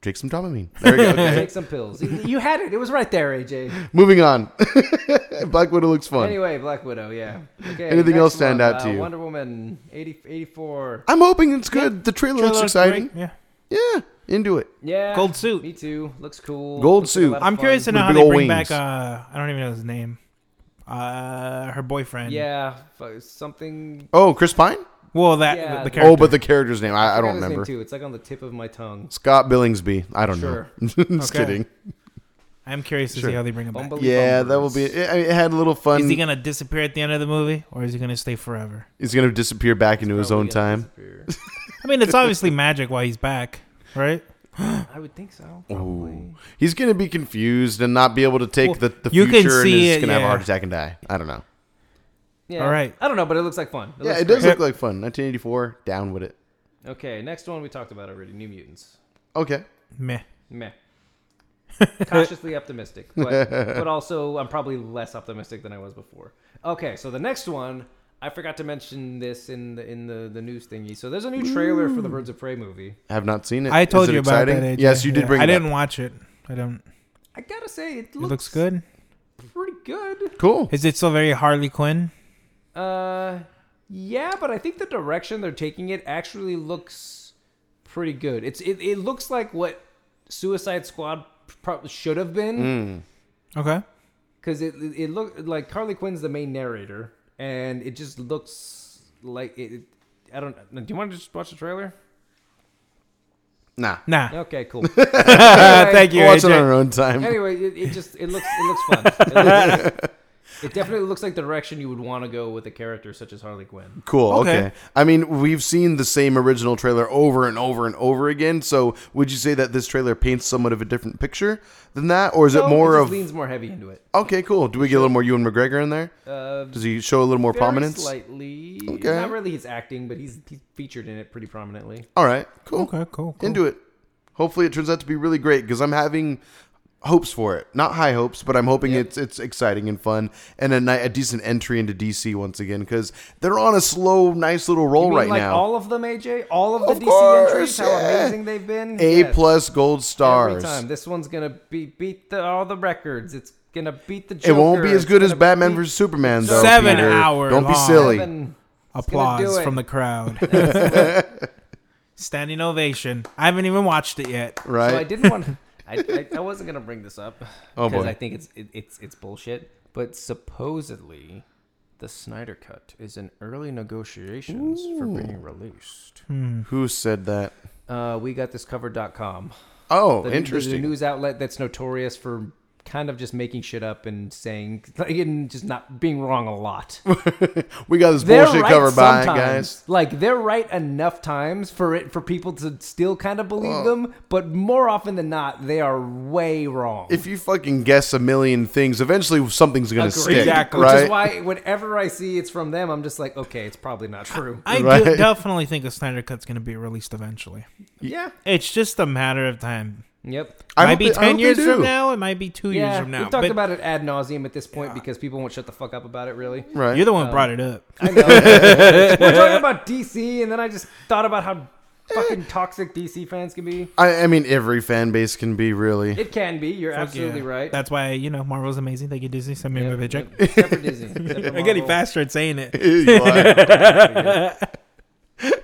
S3: drink some Dramamine. There we go. Okay.
S4: Take some pills. You- You had it. It was right there, AJ.
S3: Moving on. Black Widow looks fun.
S4: Anyway, Black Widow. Yeah. Okay,
S3: Anything
S4: next
S3: else stand
S4: one,
S3: out
S4: uh,
S3: to you?
S4: Wonder Woman 80, 84.
S3: I'm hoping it's good. The trailer looks
S5: Trailer
S3: exciting.
S5: great, Yeah.
S3: Yeah, into it.
S4: Yeah.
S5: Gold suit.
S4: Me too. Looks cool.
S3: Gold
S4: Looks like a
S3: suit.
S4: lot of
S5: I'm
S4: fun.
S5: curious to know
S3: With
S5: how
S3: big
S5: they
S3: old
S5: bring
S3: wings.
S5: back. Uh, I don't even know his name. Uh, her boyfriend.
S4: Yeah. fu- Something.
S3: Oh, Chris Pine.
S5: Well, that
S4: Yeah,
S5: the
S4: the-
S5: character.
S3: Oh, but the character's name I, I
S4: forgot
S3: don't
S4: his name,
S3: remember.
S4: Too. It's like on the tip of my tongue.
S3: Scott Billingsby. I don't
S4: Sure.
S3: know. Just
S5: Okay.
S3: kidding.
S5: I'm curious to
S3: Sure.
S5: see how they bring him back.
S4: Bumble-
S3: Yeah, that will be. It, it had a little fun.
S5: Is he gonna disappear at the end of the movie, or is he gonna stay forever?
S3: He's gonna disappear back into his own
S4: Probably gonna
S3: time.
S4: disappear.
S5: I mean, it's obviously magic while he's back, right?
S4: I would think so.
S3: Ooh.
S4: Probably.
S3: He's gonna be confused and not be able to take
S5: Well,
S3: the, the
S5: you can
S3: future, and
S5: see
S3: he's
S5: it,
S3: gonna have a
S5: yeah.
S3: heart attack and die. I don't know.
S4: Yeah.
S5: All right.
S4: I don't know, but it looks like fun. It
S3: yeah,
S4: looks
S3: it does
S4: great.
S3: look like fun. 1984. Down with it.
S4: Okay. Next one we talked about already. New Mutants.
S3: Okay.
S5: Meh.
S4: Meh. Cautiously optimistic, but, but also I'm probably less optimistic than I was before. Okay, so the next one, I forgot to mention this in the in the, the news thingy. So there's a new trailer for the Birds of Prey movie.
S3: Have not seen it.
S5: I
S3: Is
S5: told
S3: it
S5: you about
S3: exciting?
S5: that. AJ.
S3: Yes, you did
S5: Yeah.
S3: bring.
S5: I
S3: it
S5: didn't
S3: Up.
S5: watch it. I don't.
S4: I gotta say, it
S5: It
S4: looks,
S5: looks good.
S4: pretty good.
S3: Cool.
S5: Is it still very Harley Quinn?
S4: Uh, yeah, but I think the direction they're taking it actually looks pretty good. It's it, it looks like what Suicide Squad probably should have been.
S5: Okay.
S4: because it it looked like Carly Quinn's the main narrator, and it just looks like it. it I don't. Do you want to just watch the trailer?
S3: Nah.
S5: Nah.
S4: Okay, cool. Anyway-
S5: Thank you.
S3: We'll watch
S5: AJ.
S3: it on our own time.
S4: Anyway, it, it just it looks it looks fun. It, looks- it definitely looks like the direction you would want to go with a character such as Harley Quinn.
S3: Cool. Okay.
S5: Okay.
S3: I mean, we've seen the same original trailer over and over and over again. So, would you say that this trailer paints somewhat of a different picture than that, or is it
S4: No,
S3: more
S4: just
S3: of?
S4: leans more heavy into it?
S3: Okay, cool. Do we get a little more Ewan McGregor in there?
S4: Uh,
S3: Does he show a little more
S4: very
S3: prominence?
S4: slightly.
S3: Okay.
S4: Not really his acting, but he's, he's featured in it pretty prominently.
S3: All right. Cool.
S5: Okay. Cool. cool.
S3: Into it. Hopefully, it turns out to be really great because I'm having hopes for it. Not high hopes, but I'm hoping it's it's exciting and fun and a, ni- a decent entry into DC once again because they're on a slow, nice little roll
S4: You mean
S3: right
S4: like
S3: now.
S4: all of them, AJ, all of the
S3: Of
S4: DC
S3: course,
S4: entries, how
S3: yeah.
S4: amazing they've been.
S3: a
S4: Yes.
S3: plus gold stars.
S4: Every time. This one's gonna be beat the, all the records. It's gonna beat the.
S3: It
S4: Joker.
S3: won't be as
S4: It's
S3: good as
S4: gonna
S3: Batman
S4: beat
S3: vs Superman, though.
S5: Seven
S3: Peter.
S5: hour
S3: Don't be
S5: long.
S3: silly.
S4: Batman.
S5: applause
S4: do
S3: eh?
S4: it.
S5: from the crowd. Standing ovation. I haven't even watched it yet.
S3: Right?
S4: So I didn't want. I, I, I wasn't gonna bring this up
S3: Oh,
S4: because
S3: boy.
S4: I think it's it, it's it's bullshit. But supposedly, the Snyder Cut is in early negotiations for being released.
S3: Who said that?
S4: Uh, we got this covered.com.
S3: Oh,
S4: the,
S3: interesting.
S4: The news outlet that's notorious for kind of just making shit up and saying like, and just not being wrong a lot.
S3: we got this
S4: they're
S3: bullshit
S4: right
S3: covered by it,
S4: sometimes.
S3: guys.
S4: Like they're right enough times for it for people to still kind of believe them, but more often than not, they are way wrong.
S3: If you fucking guess a million things, eventually something's gonna
S4: Agreed.
S3: stick.
S5: Exactly.
S3: Right?
S4: Which is why whenever I see it's from them, I'm just like, okay, it's probably not true.
S5: I
S3: Right.
S5: do definitely think a Snyder Cut's going to be released eventually.
S4: yeah.
S5: It's just a matter of time.
S4: Yep.
S3: I
S5: might
S3: hope
S5: be
S3: they- I hope
S5: ten
S3: they
S5: years
S3: do.
S5: from now. It might be two years
S4: Yeah.
S5: from now.
S4: We've talked
S5: but
S4: about it ad nauseum at this point because people won't shut the fuck up about it. Really.
S3: Right.
S5: You're the one who brought it up.
S4: I know. We're talking about DC, and then I just thought about how
S3: Eh.
S4: fucking toxic DC fans can be.
S3: I, I mean, every fan base can be really.
S4: It can be. You're absolutely
S5: Yeah.
S4: right.
S5: That's why you know Marvel's amazing. Thank you, Disney. Send me
S4: Yep,
S5: a paycheck.
S4: yep. Except for Disney. Except for
S5: I'm getting
S4: Marvel.
S5: faster at saying it.
S3: You are.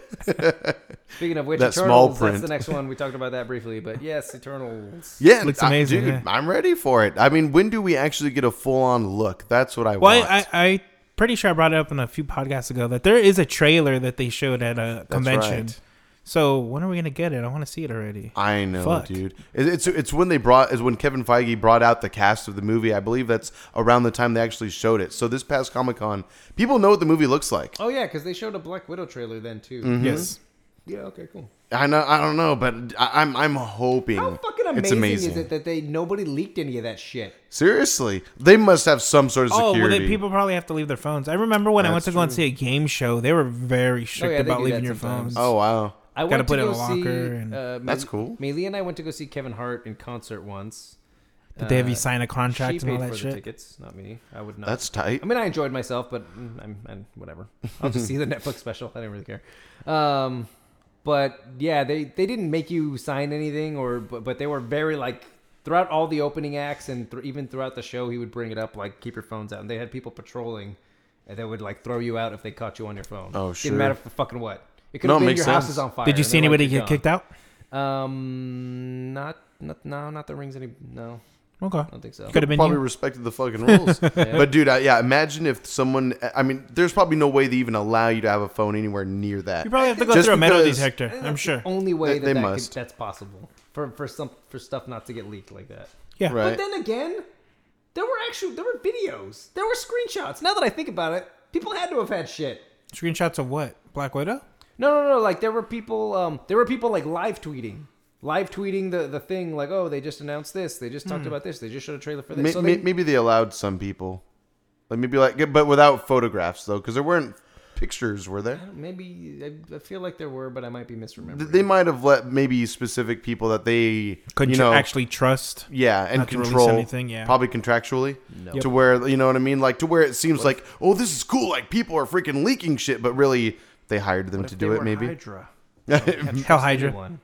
S4: Speaking of which,
S3: That
S4: Eternals,
S3: small print.
S4: that's the next one. We talked about that briefly, but yes, Eternals.
S3: yeah,
S5: Looks
S3: I-
S5: amazing,
S3: dude.
S5: yeah.
S3: I'm ready for it. I mean, when do we actually get a full on look? That's what I
S5: Well,
S3: want.
S5: I, I, I pretty sure I brought it up in a few podcasts ago that there is a trailer that they showed at a convention.
S3: right.
S5: So when are we gonna get it? I want to see it already.
S3: I know,
S5: Fuck.
S3: dude. It- It's it's when they brought is when Kevin Feige brought out the cast of the movie. I believe that's around the time they actually showed it. So this past Comic Con, people know what the movie looks like.
S4: Oh yeah, because they showed a Black Widow trailer then too.
S3: Mm-hmm.
S5: Yes.
S4: Yeah. Okay. Cool.
S3: I know, I don't know, but I, I'm I'm hoping
S4: How fucking amazing, is it that they nobody leaked any of that shit?
S3: Seriously, they must have some sort of
S5: Oh,
S3: security.
S5: well, then people probably have to leave their phones. I remember when I went to
S3: That's
S5: go and see a game show, they were very strict
S4: Oh, yeah, they
S5: about
S4: do
S5: leaving
S4: that
S5: your
S4: sometimes.
S5: phones.
S3: oh wow,
S4: I
S5: Gotta
S4: went
S5: put
S4: to
S5: it in
S4: go
S5: a
S4: see,
S5: locker and-
S4: uh, Me-
S3: That's cool.
S4: Melee and I went to go see Kevin Hart in concert once.
S5: Did they have
S4: Uh,
S5: you sign a
S4: she
S5: contract
S4: paid
S5: and all that
S4: for
S5: shit?
S4: the tickets, not me. I would not.
S3: that's tight.
S4: I mean, I enjoyed myself, but mm, I'm, I'm whatever. I'll just see the Netflix special. I don't really care. Um, but yeah, they they didn't make you sign anything, or but, but they were very like throughout all the opening acts and thr even throughout the show, he would bring it up like keep your phones out, and they had people patrolling and they would like throw you out if they caught you on your phone.
S3: Oh,
S4: Didn't matter
S3: sure.
S4: for fucking what. It could
S3: No,
S4: have
S3: it
S4: been
S3: makes
S4: your house
S3: sense.
S4: is on fire.
S5: Did you
S4: and
S5: see
S4: they're like,
S5: anybody
S4: "You're
S5: get
S4: gone."
S5: kicked out?
S4: Um, not, not, no, not the rings. Any, no,
S5: Okay.
S4: I don't think so.
S5: Could have been
S3: probably
S5: you.
S3: respected the fucking rules. But dude, I, yeah, imagine if someone. I mean, there's probably no way they even allow you to have a phone anywhere near that.
S5: You probably have to go
S3: Just
S5: through a metal
S3: because-
S5: detector. I'm sure.
S4: Only way
S3: They-
S4: that,
S3: they
S4: that
S3: must.
S4: Could, that's possible for for some for stuff not to get leaked like that.
S5: Yeah.
S4: But
S3: Right.
S4: then again, there were actual there were videos, there were screenshots. Now that I think about it, people had to have had shit.
S5: Screenshots of what? Black Widow.
S4: No, no, no. Like there were people. Um, there were people like live tweeting, live tweeting the the thing. Like, oh, they just announced this. They just talked about this. They just showed a trailer for this.
S3: May-
S4: so
S3: may-
S4: they,
S3: maybe they allowed some people, like maybe like, but without photographs though, because there weren't pictures, were there?
S4: maybe I, I feel like there were, but I might be misremembering.
S3: Th- They might have let maybe specific people that they
S5: Couldn't
S3: you
S5: you
S3: know
S5: actually trust?
S3: yeah and
S5: not to release
S3: control
S5: anything, yeah.
S3: probably contractually
S5: Yep.
S3: to where you know what I mean, like to where it seems like oh this is cool, like people are freaking leaking shit, but really they hired them to do it. Maybe
S4: Hydra.
S5: Hell, Hydra.
S4: One.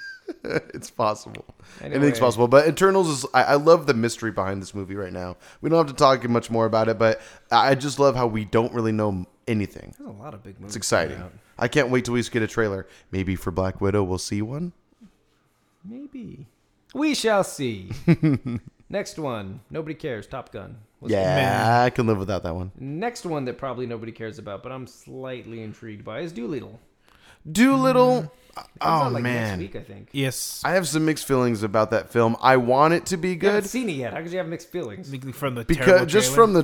S3: it's possible.
S4: Anyway.
S3: Anything's possible. But Eternals is I, I love the mystery behind this movie right now. We don't have to talk much more about it, but I I just love how we don't really know anything.
S4: There's a lot of big movies.
S3: It's exciting. I can't wait till we get a trailer. Maybe for Black Widow we'll see one.
S4: Maybe. We shall see. Next one. Nobody cares. Top Gun. What's
S3: yeah,
S5: Man.
S3: I can live without that one.
S4: the Next one that probably nobody cares about, but I'm slightly intrigued by is Doolittle.
S3: Doolittle.
S4: Comes
S3: Oh
S4: out, Mm. like,
S3: man,
S4: Next week, I think.
S5: Yes.
S3: I have some mixed feelings about that film. I want it to be
S4: You haven't
S3: good
S4: seen it yet. How could you have mixed feelings?
S5: From the
S3: because
S5: terrible
S3: just
S5: trailer.
S3: from the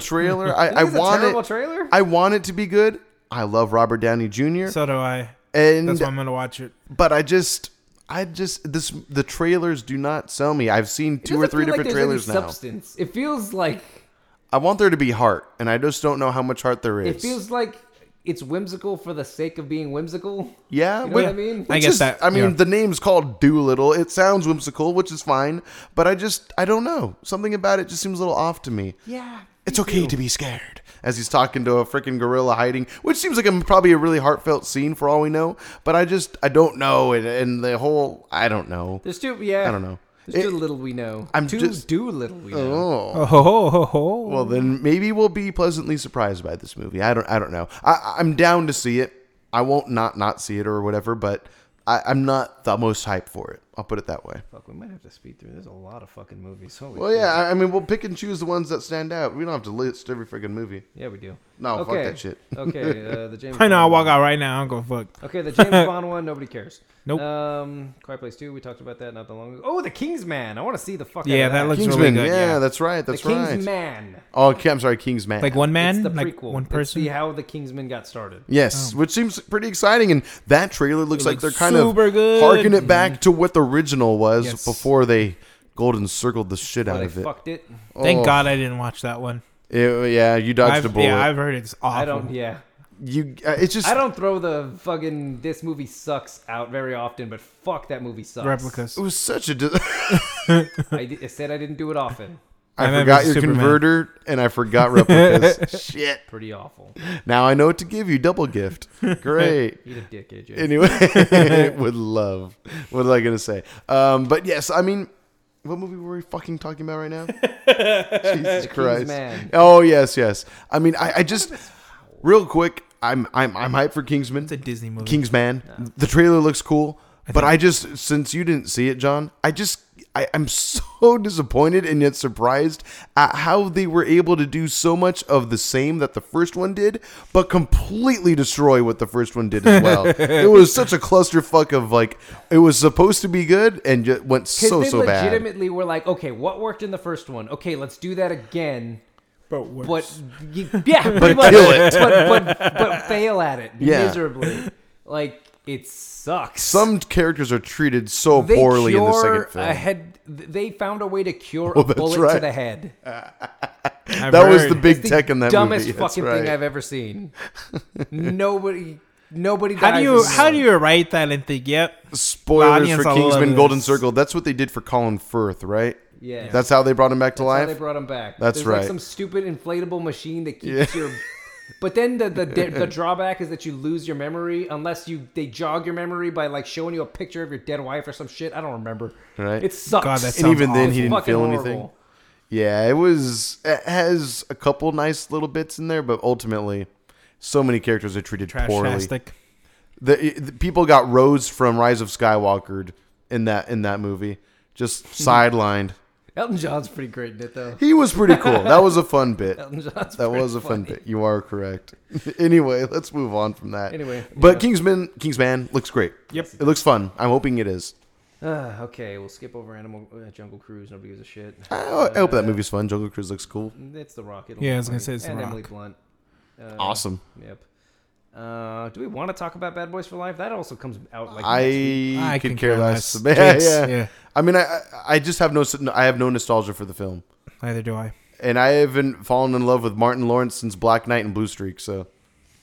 S3: trailer, I, I
S4: This is a
S3: want
S4: terrible
S3: it.
S4: trailer.
S3: I want it to be good. I love Robert Downey Jr.
S5: So do I.
S3: and
S5: That's why I'm gonna watch it.
S3: but I just, I just this the trailers do not sell me. I've seen
S4: It
S3: two or
S4: doesn't
S3: three
S4: feel like there's
S3: different
S4: any
S3: trailers now.
S4: Substance. It feels like
S3: I want there to be heart, and I just don't know how much heart there is.
S4: it feels like it's whimsical for the sake of being whimsical.
S3: yeah,
S4: You know
S3: which-
S4: what I mean?
S5: I
S3: which
S5: get
S3: is-
S5: that,
S3: I mean,
S5: yeah.
S3: the name's called Doolittle. It sounds whimsical, which is fine, but I just, I don't know. Something about it just seems a little off to me.
S4: Yeah.
S3: It's okay to be scared. As he's talking to a freaking gorilla hiding, which seems like a, probably a really heartfelt scene for all we know, but I just, I don't know, and, and the whole, I don't know.
S4: There's two. Yeah.
S3: I don't know.
S4: There's
S3: It-
S4: too little we know.
S3: I'm
S4: too
S3: just-
S4: do little we know.
S3: Oh.
S5: Oh ho ho ho ho.
S3: Well, then maybe we'll be pleasantly surprised by this movie. I don't. I don't know. I, I'm down to see it. I won't not not see it or whatever. But I, I'm not the most hyped for it. I'll put it that way.
S4: Fuck, we might have to speed through. There's a lot of fucking movies. Holy
S3: Well,
S4: shit.
S3: yeah. I, I mean, we'll pick and choose the ones that stand out. We don't have to list every freaking movie.
S4: Yeah, we do.
S3: No, Oh, fuck that shit.
S4: okay, uh, the James.
S5: I know. I'll
S4: Bond
S5: walk
S4: one.
S5: out right now. I'm gonna fuck.
S4: Okay, the James Bond one. Nobody cares.
S5: Nope.
S4: Um, Quiet Place Two. We talked about that not that long ago. Oh, the King's Man. I want to see the fuck.
S5: Yeah,
S4: out of
S5: that looks- It's
S3: Kingsman.
S5: really good,
S3: yeah,
S5: yeah.
S3: that's right.
S4: the
S3: That's
S4: King's
S3: right.
S4: Man.
S3: Oh, okay, I'm sorry. Kingsman.
S5: Like one man,
S4: It's the
S5: like
S4: prequel.
S5: one person.
S4: It's the how the Kingsman got started.
S3: Yes,
S5: oh.
S3: which seems pretty exciting, and that trailer looks
S5: It
S3: like
S5: looks
S3: they're kind
S5: super
S3: of
S5: good.
S3: harking it back to what the original was
S5: Yes.
S3: before they golden circled the shit
S4: Well,
S3: out
S4: they
S3: of it.
S4: fucked it.
S5: Thank
S3: Oh.
S5: God I didn't watch that one.
S3: It- Yeah, you dodged a
S5: I've,
S3: bullet.
S5: yeah, I've heard it's awful.
S4: I don't. Yeah,
S3: you, uh, it's just
S4: I don't throw the fucking this movie sucks out very often, but fuck that movie sucks.
S5: replicas.
S3: It was such a. Dis-
S4: I, di- I said I didn't do it often.
S3: I,
S5: remember
S3: forgot your
S5: Superman.
S3: converter and I forgot replicas. Shit.
S4: Pretty awful.
S3: Now I know what to give you. Double gift. Great.
S4: Eat a dick, AJ.
S3: Anyway, would love. What was I gonna say? Um, but yes, I mean, what movie were we fucking talking about right now? Jesus Christ!
S4: Man.
S3: Oh yes, yes. I mean, I, I just real quick. I'm I'm I'm hyped for Kingsman.
S5: It's a Disney movie.
S3: Kingsman. The trailer looks cool, but I just since you didn't see it, John, I just I, I'm so disappointed and yet surprised at how they were able to do so much of the same that the first one did, but completely destroy what the first one did as well. it was such a clusterfuck of like it was supposed to be good and just went
S4: 'Cause
S3: so
S4: they
S3: so bad.
S4: legitimately were like, okay, what worked in the first one? Okay, let's do that again.
S5: but worse.
S4: But y- yeah,
S3: But
S4: pretty much.
S3: kill it.
S4: But, but but fail at it
S3: Yeah.
S4: miserably. Like it sucks.
S3: Some characters are treated so
S4: they
S3: poorly
S4: cure
S3: in the second film.
S4: A head, they found a way to cure
S3: Oh,
S4: a
S3: that's
S4: bullet to
S3: right.
S4: the head.
S5: I've
S3: that was
S5: heard.
S3: the big
S4: It's the
S3: tech in that
S4: dumbest
S3: movie. That's
S4: fucking
S3: right.
S4: thing I've ever seen. nobody, nobody.
S5: How do
S4: dies
S5: you
S4: in
S5: how
S4: this.
S5: do you write that and think? Yep.
S3: spoilers
S5: audience
S3: for
S5: will love
S3: Kingsman Golden
S5: this.
S3: Circle. That's what they did for Colin Firth, right?
S4: Yeah.
S3: That's how they brought him back to
S4: That's how
S3: life.
S4: they brought him back.
S3: That's
S4: There's
S3: right.
S4: Like some stupid inflatable machine that keeps your. But then the, the the drawback is that you lose your memory unless you they jog your memory by like showing you a picture of your dead wife or some shit. I don't remember.
S3: Right.
S4: It sucks.
S5: God, that's
S3: and even then,
S4: It's
S3: he didn't
S4: fucking
S3: feel
S4: horrible.
S3: anything. Yeah, it was. It has a couple nice little bits in there, but ultimately, so many characters are treated poorly.
S5: Trash-tastic.
S3: The, the people got Rose from Rise of Skywalker in that in that movie. Just sidelined.
S4: Elton John's pretty great in it though.
S3: He was pretty cool. That was a fun bit.
S4: Elton John's
S3: That
S4: pretty
S3: was a fun
S4: funny.
S3: bit. You are correct. anyway, let's move on from that.
S4: Anyway,
S3: but Kingsman Kingsman looks great.
S5: Yep.
S3: It looks fun. I'm hoping it is.
S4: Ah, okay, we'll skip over Animal uh, Jungle Cruise. Nobody gives a shit.
S3: I, I hope that movie's fun. Jungle Cruise looks cool.
S4: It's the Rock. It'll
S5: Yeah,
S4: be
S5: I was gonna
S4: funny.
S5: say it's The
S4: and Emily
S5: Rock.
S4: Blunt. Uh,
S3: Awesome.
S4: Yep. Uh, do we want to talk about Bad Boys for Life? That also comes out like next week.
S3: I,
S5: I
S3: could
S5: can
S3: care
S5: care
S3: less.
S5: less.
S3: Yeah,
S5: Jinx,
S3: yeah.
S5: yeah.
S3: I mean, I I- I just have no I have no nostalgia for the film,
S5: Neither do I.
S3: and I haven't fallen in love with Martin Lawrence since Black Knight and Blue Streak. So,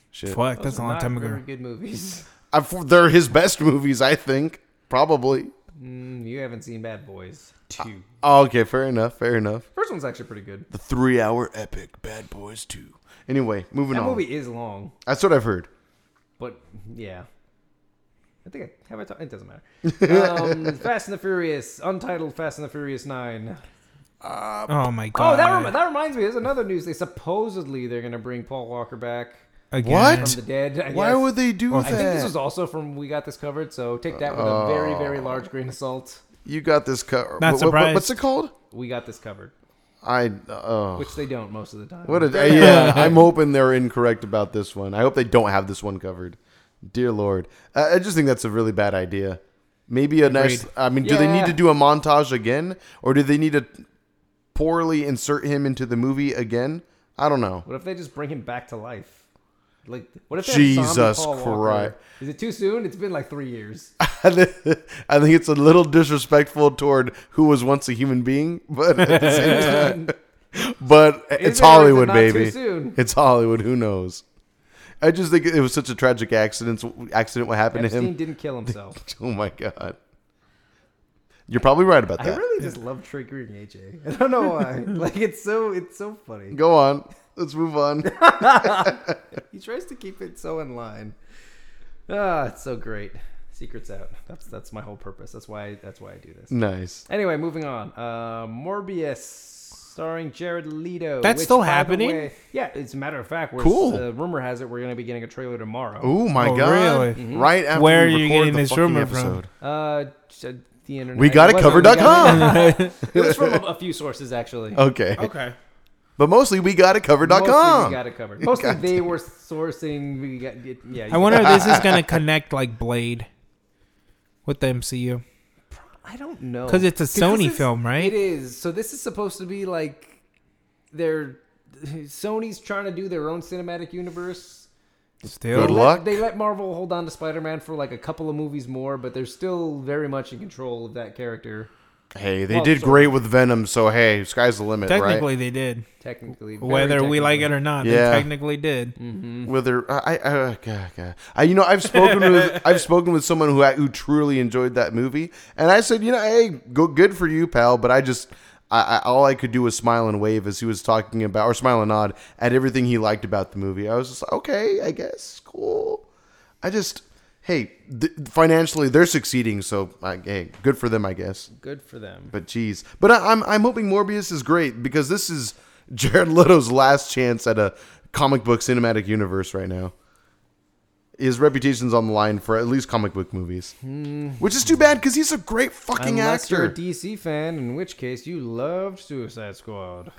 S3: shit.
S5: Fuck, that's
S4: Those
S5: a
S4: are
S5: long
S4: not
S5: time
S4: Very
S5: ago.
S4: good movies.
S3: I've, they're his best movies, I think. Probably.
S4: Mm, you haven't seen Bad Boys Two.
S3: Oh, okay, fair enough. Fair enough.
S4: First one's actually pretty good.
S3: The three-hour epic Bad Boys Two. Anyway, moving
S4: That
S3: on.
S4: movie is long,
S3: That's what I've heard.
S4: but yeah. I think I have I talked. It doesn't matter. Um, Fast and the Furious, untitled Fast and the Furious Nine.
S5: Oh my god.
S4: Oh, that, rem- that reminds me. There's another news. They supposedly they're gonna bring Paul Walker back
S5: Again.
S3: What?
S4: from the dead. I
S3: Why
S4: guess.
S3: would they do
S5: Well,
S3: that? Oh.
S4: I think this was also from we got this covered, so take that with a very, very large grain of salt.
S3: you got this cover.
S5: Not surprised.
S3: what's it called?
S4: We got this covered,
S3: I oh.
S4: which they don't most of the time.
S3: What a yeah! I'm hoping they're incorrect about this one. I hope they don't have this one covered. Dear Lord, I, I just think that's a really bad idea. Maybe a nice. I mean, do they
S4: Yeah.
S3: need to do a montage again, or do they need to poorly insert him into the movie again? I don't know.
S4: What if they just bring him back to life? Like, what if they have
S3: Jesus
S4: zombie Paul
S3: Christ.
S4: Walker? Is it too soon? It's been like three years.
S3: I think it's a little disrespectful toward who was once a human being, but at the same time, but
S4: it
S3: it's
S4: or is it
S3: Hollywood,
S4: not too
S3: baby.
S4: soon?
S3: It's Hollywood. Who knows? I just think it was such a tragic accident. Accident what happened to him.
S4: Epstein didn't kill himself.
S3: Oh my god. You're probably right about
S4: I
S3: that.
S4: really just love triggering AJ. I don't know why. like, it's so it's so funny.
S3: Go on. Let's move on.
S4: He tries to keep it so in line. Ah, it's so great. Secrets out. That's that's my whole purpose. That's why that's why I do this.
S3: nice.
S4: Anyway, moving on. Uh, Morbius, starring Jared Leto.
S5: That's
S4: which,
S5: still
S4: by the
S5: happening?
S4: way- yeah, it's a matter of fact. We're,
S3: Cool.
S4: Uh, rumor has it we're going to be getting a trailer tomorrow.
S3: Oh my
S5: Oh,
S3: god.
S4: Mm-hmm.
S5: really?
S3: Right after
S5: Where
S3: we
S5: are you
S3: record
S5: getting
S3: the
S5: this
S3: fucking
S5: rumor from?
S3: episode.
S4: Uh, j- the internet.
S3: We got
S4: It
S3: it
S4: wasn't-
S3: covered
S4: we got
S3: dot com.
S4: It was from a, a few sources actually.
S3: Okay.
S5: Okay.
S3: But mostly we got it covered dot
S4: Mostly
S3: com.
S4: we got it covered. Mostly they were sourcing. We got it, yeah. you
S5: I wonder if this is gonna connect like Blade with the MCU.
S4: I don't know
S5: 'Cause it's a
S4: this
S5: Sony
S4: is-
S5: film, right?
S4: It is. So this is supposed to be like they're Sony's trying to do their own cinematic universe.
S5: Still.
S3: Good
S4: They let-
S3: luck.
S4: They let Marvel hold on to Spider-Man for like a couple of movies more, but they're still very much in control of that character.
S3: Hey, they
S4: Well,
S3: did
S4: sort of.
S3: great with Venom, so hey, sky's the limit,
S5: Technically they did.
S4: Technically, very
S5: Whether we like it or not,
S3: Yeah.
S5: they technically Mm. did.
S3: right? Whether Mm. I, I, uh, God, God. I, you know, I've spoken with I've spoken with someone who who truly enjoyed that movie, and I said, you know, hey, go good for you, pal. But I just. I, I, all I could do was smile and wave as he was talking about, or smile and nod at everything he liked about the movie. I was just like, okay, I guess, cool. I just, hey, th- financially they're succeeding, so I, hey, good for them, I guess.
S4: Good for them.
S3: But geez, but I, I'm I'm hoping Morbius is great because this is Jared Leto's last chance at a comic book cinematic universe right now. His reputation's on the line for at least comic book movies, which is too bad because he's a great fucking
S4: Hmm. Unless
S3: actor.
S4: you're a DC fan, in which case you loved Suicide Squad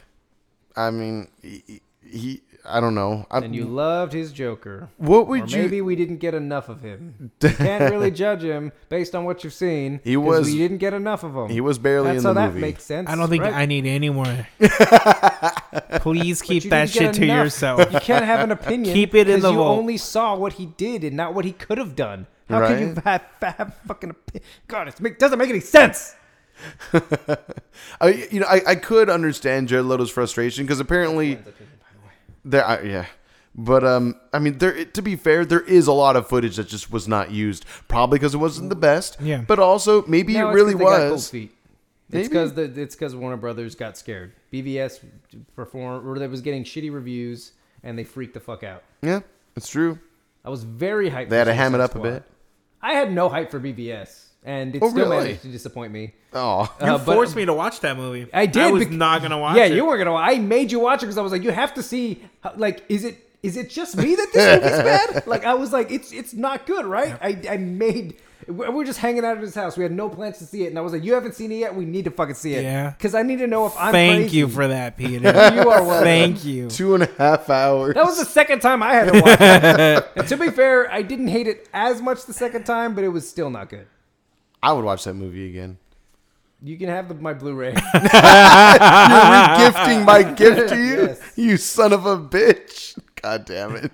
S3: I mean, he, he I don't know. I,
S4: and you loved his Joker.
S3: what
S4: or
S3: would you?
S4: maybe we didn't get enough of him. You can't really judge him based on what you've seen.
S3: He
S4: 'cause
S3: was-
S4: We didn't get enough of him.
S3: he was barely
S4: That's
S3: in
S4: how
S3: the
S4: that
S3: movie.
S4: makes sense.
S5: I don't think
S4: right?
S5: I need any more. Please keep
S4: you
S5: that
S4: didn't get
S5: shit to
S4: enough.
S5: yourself.
S4: You can't have an opinion.
S5: Keep it in
S4: 'cause
S5: the
S4: you
S5: vault.
S4: only saw what he did and not what he could have done. How could you
S3: Right.
S4: have, have fucking opinion? God, it make, doesn't make any sense.
S3: I, you know, I, I could understand Jared Leto's frustration because apparently there, I, yeah. But um, I mean, there. To be fair, there is a lot of footage that just was not used, probably because it wasn't the best.
S5: Yeah.
S3: But also, maybe
S4: No,
S3: it
S4: it's
S3: really
S4: 'cause they got cold
S3: was.
S4: feet. It's
S3: Maybe.
S4: because it's because Warner Brothers got scared. BVS performed or that was getting shitty reviews and they freaked the fuck out.
S3: Yeah, it's true.
S4: I was very hyped.
S3: They had
S4: for
S3: to ham it
S4: Suicide
S3: up a
S4: Squad.
S3: bit.
S4: I had no hype for BVS, and it
S3: Oh,
S4: still
S3: really?
S4: managed to disappoint me.
S3: Oh,
S5: You
S4: Uh, but-
S5: forced me to watch that movie.
S4: I did.
S5: I was
S4: bec-
S5: not gonna watch
S4: Yeah,
S5: it.
S4: you were gonna. I made you watch it because I was like, you have to see. how- Like, is it is it just me that this movie's bad? Like, I was like, it's it's not good, right? I, I made We we were just hanging out at his house. We had no plans to see it, and I was like, "You haven't seen it yet. We need to fucking see it."
S5: Yeah.
S4: Because I need to know if I'm.
S5: Thank
S4: crazy.
S5: you for that, Peter.
S4: You are welcome.
S5: Thank you.
S3: Two and a half hours.
S4: That was the second time I had to watch it. And to be fair, I didn't hate it as much the second time, but it was still not good.
S3: I would watch that movie again.
S4: You can have the, my Blu-ray.
S3: You're regifting my gift to you,
S4: Yes.
S3: you son of a bitch. God damn it.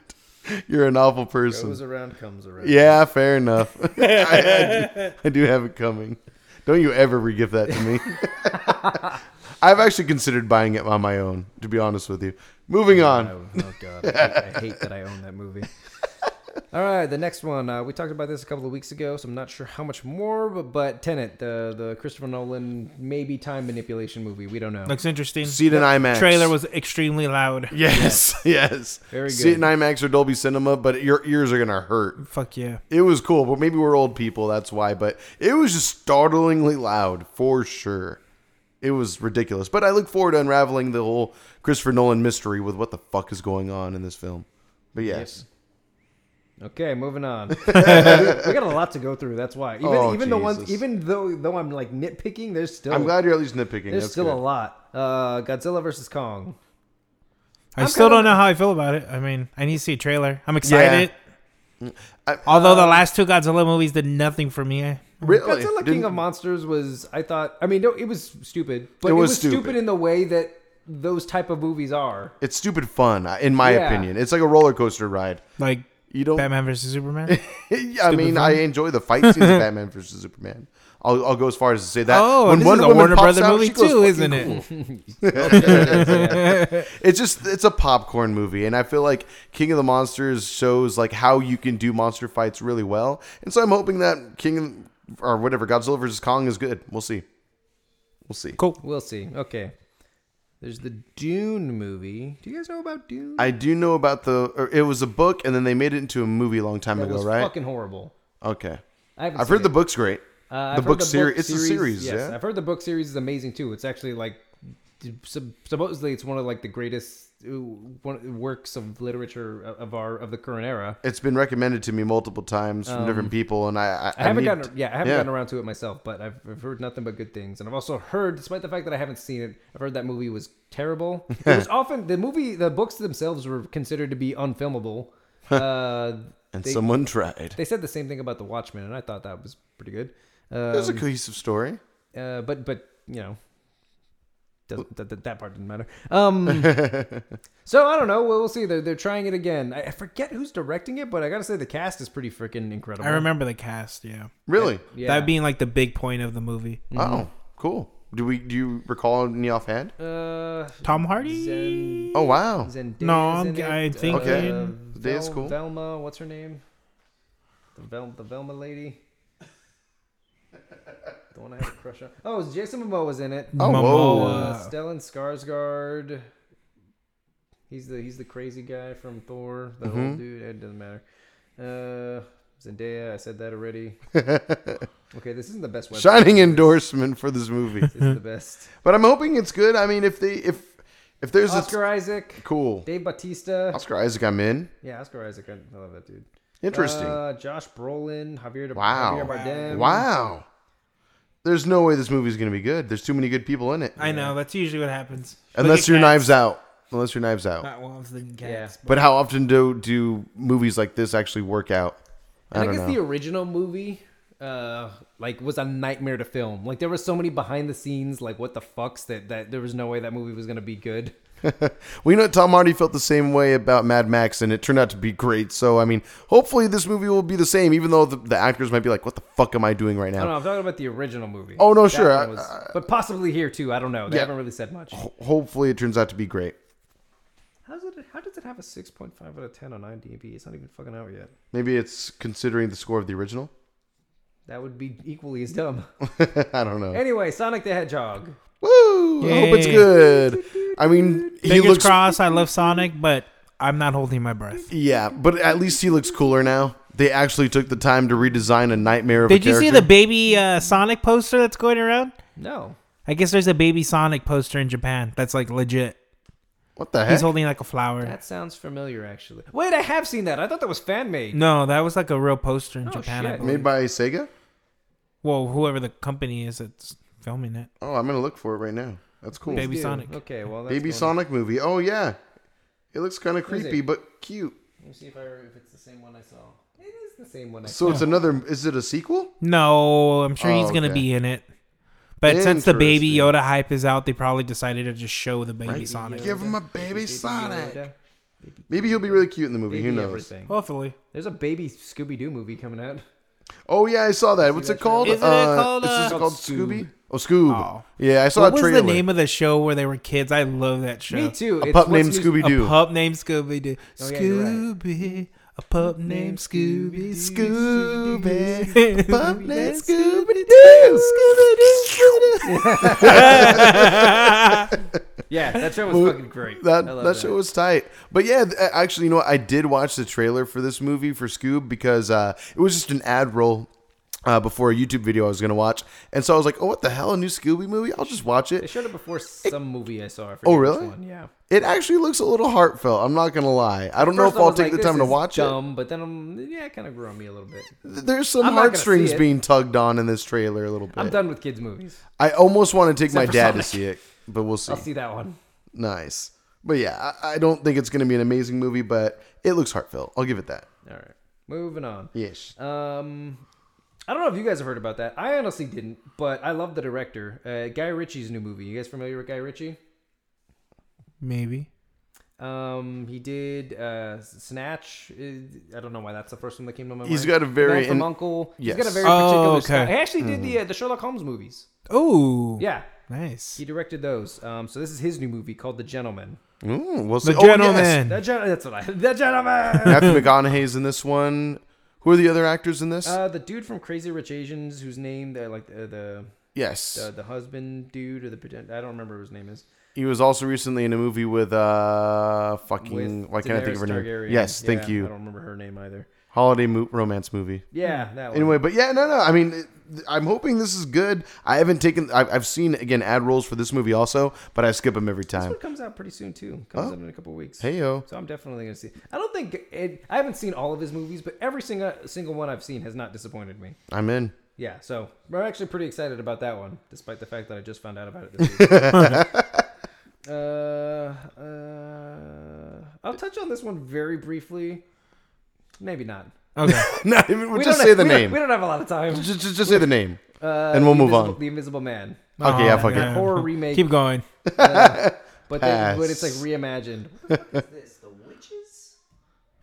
S3: You're an awful person.
S4: Goes around, comes around.
S3: Yeah, fair enough. I, I do, I do have it coming. Don't you ever regift that to me. I've actually considered buying it on my own, to be honest with you. Moving on.
S4: Oh, oh god, I hate, I hate that I own that movie. All right, the next one. Uh, we talked about this a couple of weeks ago, so I'm not sure how much more. But, but Tenet, the the Christopher Nolan maybe time manipulation movie. We don't know.
S5: Looks interesting.
S3: See it in IMAX.
S5: Trailer was extremely loud.
S3: Yes, yes.
S4: Very
S3: See it in
S4: good.
S3: IMAX or Dolby Cinema, but your ears are gonna hurt.
S5: Fuck yeah.
S3: It was cool, but maybe we're old people, that's why. But it was just startlingly loud, for sure. It was ridiculous. But I look forward to unraveling the whole Christopher Nolan mystery with what the fuck is going on in this film. But yes.
S4: Okay, moving on. we got a lot to go through. That's why. Even
S3: Oh,
S4: even the ones,
S3: Jesus.
S4: even though though I'm like nitpicking, there's still
S3: I'm glad you're at least nitpicking.
S4: Oh. there's
S3: That's
S4: still
S3: good.
S4: a lot. Uh, Godzilla versus Kong.
S5: I
S4: I'm
S5: still
S4: kinda-
S5: don't know how I feel about it. I mean, I need to see a trailer. I'm excited.
S3: I- um,
S5: Although the last two Godzilla movies did nothing for me. I-
S3: Really?
S4: Godzilla King
S3: Didn't-
S4: of Monsters was I thought I mean no it was stupid but
S3: It
S4: it
S3: was
S4: was, stupid.
S3: stupid.
S4: in the way that those type of movies are.
S3: it's stupid fun, I- in my
S4: Yeah.
S3: opinion. It's like a roller coaster ride.
S5: Like
S3: You don't.
S5: Batman versus Superman.
S3: I mean, I enjoy the fight scenes of Batman versus Superman. I'll, I'll go as far as to say that.
S5: Oh, this is a
S3: Woman
S5: Warner
S3: pops
S5: Brother
S3: out,
S5: movie
S3: she goes
S5: too,
S3: fucking
S5: isn't it?
S3: It's just it's a popcorn movie, and I feel like King of the Monsters shows like how you can do monster fights really well, and so I'm hoping that King of, or whatever Godzilla versus Kong is good. We'll see. We'll see.
S5: Cool.
S4: We'll see. Okay. There's the Dune movie. Do you guys know about Dune?
S3: I do know about the. Or it was a book, and then they made it into a movie a long time
S4: that
S3: ago,
S4: was
S3: right?
S4: fucking horrible.
S3: okay.
S4: I haven't
S3: I've
S4: seen
S3: heard the
S4: it.
S3: book's great.
S4: Uh, I've
S3: the
S4: heard
S3: book series. It's a series,
S4: yes.
S3: yeah.
S4: I've heard the book series is amazing too. It's actually like sub- supposedly it's one of like the greatest uh, one, works of literature uh, of our of the current era.
S3: it's been recommended to me multiple times from different people, and I I,
S4: Um, I haven't
S3: need-
S4: gotten yeah, I haven't
S3: yeah.
S4: gotten around to it myself, but I've, I've heard nothing but good things, and I've also heard, despite the fact that I haven't seen it, I've heard that movie was terrible. It was often the movie, the books themselves were considered to be unfilmable. Uh,
S3: And
S4: they,
S3: someone tried.
S4: they said the same thing about The Watchmen, and I thought that was pretty good.
S3: it was a
S4: Um,
S3: cohesive story.
S4: uh, but but you know, doesn't, that, that, that part didn't matter. Um, so I don't know. We'll, we'll see. They're they're trying it again. I, I forget who's directing it, but I gotta say the cast is pretty freaking incredible.
S5: I remember the cast. Yeah.
S3: Really?
S4: Yeah.
S5: That being Mm. like the big point of the movie.
S4: Mm-hmm.
S3: Oh, cool. Do we? Do you recall any offhand?
S4: Uh,
S5: Tom Hardy.
S4: Zen-
S3: Oh wow.
S4: Zendaya's
S5: No, I'm-
S4: in it.
S5: I think
S3: Okay.
S4: uh,
S3: Zendaya's
S4: Vel-
S3: cool.
S4: Velma, what's her name? The, Vel- the Velma lady. the one I have a crush on. Oh, Jason Momoa was in it.
S3: Oh,
S4: Uh,
S3: whoa.
S5: Momoa.
S4: Stellan Skarsgård. He's the he's the crazy guy from Thor. The old
S3: Mm-hmm.
S4: dude. It doesn't matter. Uh, Zendaya. I said that already. okay, this isn't the best website.
S3: Shining endorsement for this movie.
S4: This is the best.
S3: But I'm hoping it's good. I mean, if they if if there's
S4: Oscar Isaac.
S3: a cool
S4: Dave Bautista.
S3: Oscar Isaac, I'm in.
S4: Yeah, Oscar Isaac. I I love that dude.
S3: Interesting.
S4: Uh, Josh Brolin, Javier,
S3: Wow.
S4: Javier Bardem.
S3: wow. There's no way this movie's gonna be good. There's too many good people in it.
S5: I know. That's usually what happens.
S3: Unless
S5: your
S3: your knives out. Unless your knives out.
S5: Not wolves and cats.
S3: But how often do do movies like this actually work out? I
S4: And I,
S3: don't
S4: guess
S3: know.
S4: the original movie, uh, like, was a nightmare to film. Like, there were so many behind the scenes, like, what the fucks that that there was no way that movie was gonna be good.
S3: We know Tom Hardy felt the same way about Mad Max, and it turned out to be great. So, I mean, hopefully this movie will be the same, even though the, the actors might be like, what the fuck am I doing right
S4: I don't
S3: now?
S4: know. I'm talking about the original movie.
S3: Oh, no,
S4: That
S3: sure,
S4: one
S3: I- I-
S4: but possibly here too. I don't know. They
S3: Yeah. Oh.
S4: haven't really said much.
S3: Ho- Hopefully it turns out to be great.
S4: How's it? How does it have a 6.5 out of 10 on IMDb? It's not even fucking out yet.
S3: Maybe it's considering the score of the original.
S4: That would be equally as dumb.
S3: I don't know.
S4: anyway, Sonic the Hedgehog.
S3: Woo! I hope it's
S5: Yay.
S3: good. I mean, he
S5: Fingers
S3: looks.
S5: crossed. I love Sonic, but I'm not holding my breath.
S3: Yeah, but at least he looks cooler now. They actually took the time to redesign a nightmare of a
S5: Did you see the
S3: character.
S5: baby uh, Sonic poster that's going around?
S4: No.
S5: I guess there's a baby Sonic poster in Japan that's like legit.
S3: What the
S5: He's
S3: heck?
S5: holding like a flower.
S4: That sounds familiar, actually. Wait, I have seen that. I thought that was fan made.
S5: no, that was like a real poster in Japan. I
S4: Oh, shit.
S5: believe.
S3: Made by Sega?
S5: Well, whoever the company is that's filming it.
S3: Oh, I'm gonna look for it right now. That's cool.
S5: Baby
S3: Baby,
S4: Ew.
S5: Sonic.
S4: Okay, well, that's cool.
S3: Sonic movie. Oh yeah, it looks kind of creepy
S4: it?
S3: but cute.
S4: Let me see if I if it's the same one I saw. It is the same one I
S3: So it's another. Is it a sequel?
S5: No, I'm sure
S3: Oh,
S5: he's gonna
S3: okay.
S5: be in it. But since the baby
S3: Interesting.
S5: Yoda hype is out, they probably decided to just show the baby Sonic.
S3: Give him a baby
S4: saw.
S3: Sonic. Maybe he'll be really cute in the movie.
S4: Baby
S3: Who knows?
S4: everything.
S5: Hopefully,
S4: There's a baby Scooby Doo movie coming out.
S3: Oh yeah, I saw that. What's
S4: that
S3: it called?
S5: trailer? Isn't it called,
S3: is this
S5: uh,
S3: called
S4: Scoob.
S3: Scooby? Oh, Scoob.
S5: Oh.
S3: Yeah, I saw
S5: what
S3: a
S5: was
S3: trailer.
S5: the name of the show where they were kids? I love that show.
S4: Me too.
S3: a
S4: It's
S3: pup
S4: what's
S3: named
S4: his-
S3: Scooby Doo.
S5: A pup named Scooby Doo.
S4: Oh, yeah, you're right.
S5: Scooby. A pup named Scooby.
S3: Scooby.
S5: Scooby.
S3: Pup named Scooby Doo. Scooby Doo.
S4: Yeah, that show was
S3: Well,
S4: fucking great.
S3: That
S4: I
S3: that,
S4: love
S3: show was tight. But yeah, th- actually, you know what? I did watch the trailer for this movie for Scoob because uh, it was just an ad roll. Uh, before a YouTube video I was gonna watch, and so I was like, "Oh, what the hell? A new Scooby movie? I'll just watch
S4: They
S3: it."
S4: showed it before some movie I saw. I
S3: Oh,
S4: forget which
S3: really?
S4: One. Yeah.
S3: It actually looks a little heartfelt. I'm not gonna lie. I don't know
S4: First
S3: if
S4: I
S3: I'll
S4: was
S3: take
S4: like,
S3: the
S4: this
S3: time to
S4: is
S3: watch it.
S4: dumb, but then I'm yeah, it kind of grew on me a little bit.
S3: Th- There's some
S4: I'm not gonna see
S3: heartstrings
S4: it.
S3: being tugged on in this trailer a little bit.
S4: I'm done with kids movies.
S3: I almost want to take my
S4: for
S3: dad to
S4: Sonic.
S3: see it, but we'll see.
S4: I'll see that one.
S3: Nice. But yeah, I, I don't think it's going to be an amazing movie, but it looks heartfelt. I'll give it that.
S4: All right, moving on.
S3: Yes.
S4: Um, I don't know if you guys have heard about that. I honestly didn't, but I love the director, uh, Guy Ritchie's new movie. You guys familiar with Guy Ritchie?
S5: Maybe.
S4: Um, he did uh, Snatch. Uh, I don't know why that's the first one that came to my mind.
S3: He's got a very
S4: Man from
S3: in-
S4: Uncle.
S3: Yes.
S4: He's got a very
S5: Oh,
S4: particular.
S5: okay. Mm-hmm.
S4: style. He actually did the uh, the Sherlock Holmes movies.
S5: Oh.
S4: Yeah,
S5: Nice.
S4: he directed those. Um, so this is his new movie called The Gentleman.
S3: Ooh, we'll see.
S5: The
S3: Oh, yes.
S5: gentleman.
S4: The gen- that's what I. The Gentleman.
S3: Matthew McConaughey's in this one. Who are the other actors in this?
S4: uh, the dude from Crazy Rich Asians, whose name the like the the,
S3: yes.
S4: the, the husband dude or the pretend. I don't remember what his name is.
S3: he was also recently in a movie with uh fucking
S4: With
S3: why can't I think
S4: Daenerys
S3: of her name?
S4: Targaryen.
S3: Yes, thank
S4: Yeah, I
S3: you.
S4: don't remember her name either.
S3: Holiday mo- romance movie.
S4: Yeah, that one.
S3: Hmm. Anyway, but yeah, no, no. I mean, it- I'm hoping this is good. I haven't taken. I've, I've seen again ad rolls for this movie also, but I skip them every
S4: This
S3: time.
S4: one comes out pretty soon too. Comes out in a couple weeks.
S3: Oh. Hey yo,
S4: So I'm definitely gonna see. I don't think it, I haven't seen all of his movies, but every single single one I've seen has not disappointed me.
S3: I'm in.
S4: Yeah, so we're actually pretty excited about that one, despite the fact that I just found out about it. This week. uh, uh, I'll touch on this one very briefly. Maybe not.
S5: Okay.
S3: Not even.
S4: We
S3: just
S4: don't
S3: say
S4: have-
S3: the
S4: we don't-
S3: name.
S4: we don't have a lot of time.
S3: Just, just, just say the name.
S4: Uh,
S3: And we'll
S4: The
S3: move
S4: Invisible-
S3: on.
S4: The Invisible Man.
S3: Okay, yeah, fuck it.
S5: man.
S4: Horror remake.
S5: Oh, Keep going.
S4: But then, but it's
S3: Pass.
S4: like reimagined. What is this? The Witches?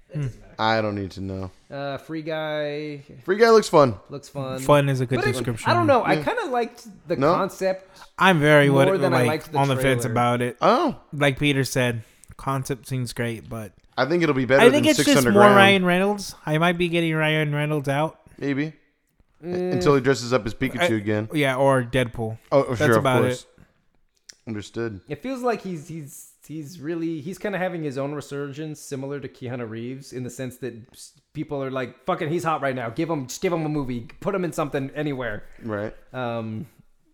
S4: That doesn't matter.
S3: I don't need to know.
S4: Uh, Free Guy
S3: Free guy looks fun.
S4: looks fun.
S5: Fun is a good
S4: But I-
S5: description.
S4: I don't know. I kind of liked the
S3: No?
S4: concept.
S5: I'm very
S4: More
S5: what,
S4: than I
S5: like
S4: liked the
S5: on the fence
S4: trailer.
S5: about it.
S3: Oh,
S5: Like Peter said, concept seems great, but
S3: I think it'll be better
S5: I think
S3: than
S5: it's
S3: Six
S5: just more
S3: Underground.
S5: Ryan Reynolds. I might be getting Ryan Reynolds out. Uh,
S3: Maybe until he dresses up as Pikachu again.
S5: Yeah, or Deadpool.
S3: Mm. Oh, sure, of
S5: about
S3: course. Understood.
S4: It feels like he's he's he's really he's kind of having his own resurgence, similar to Keanu Reeves, in the sense that s- people are like, "Fucking, he's hot right now. Give him just give him a movie. Put him in something anywhere."
S3: Right.
S4: Um,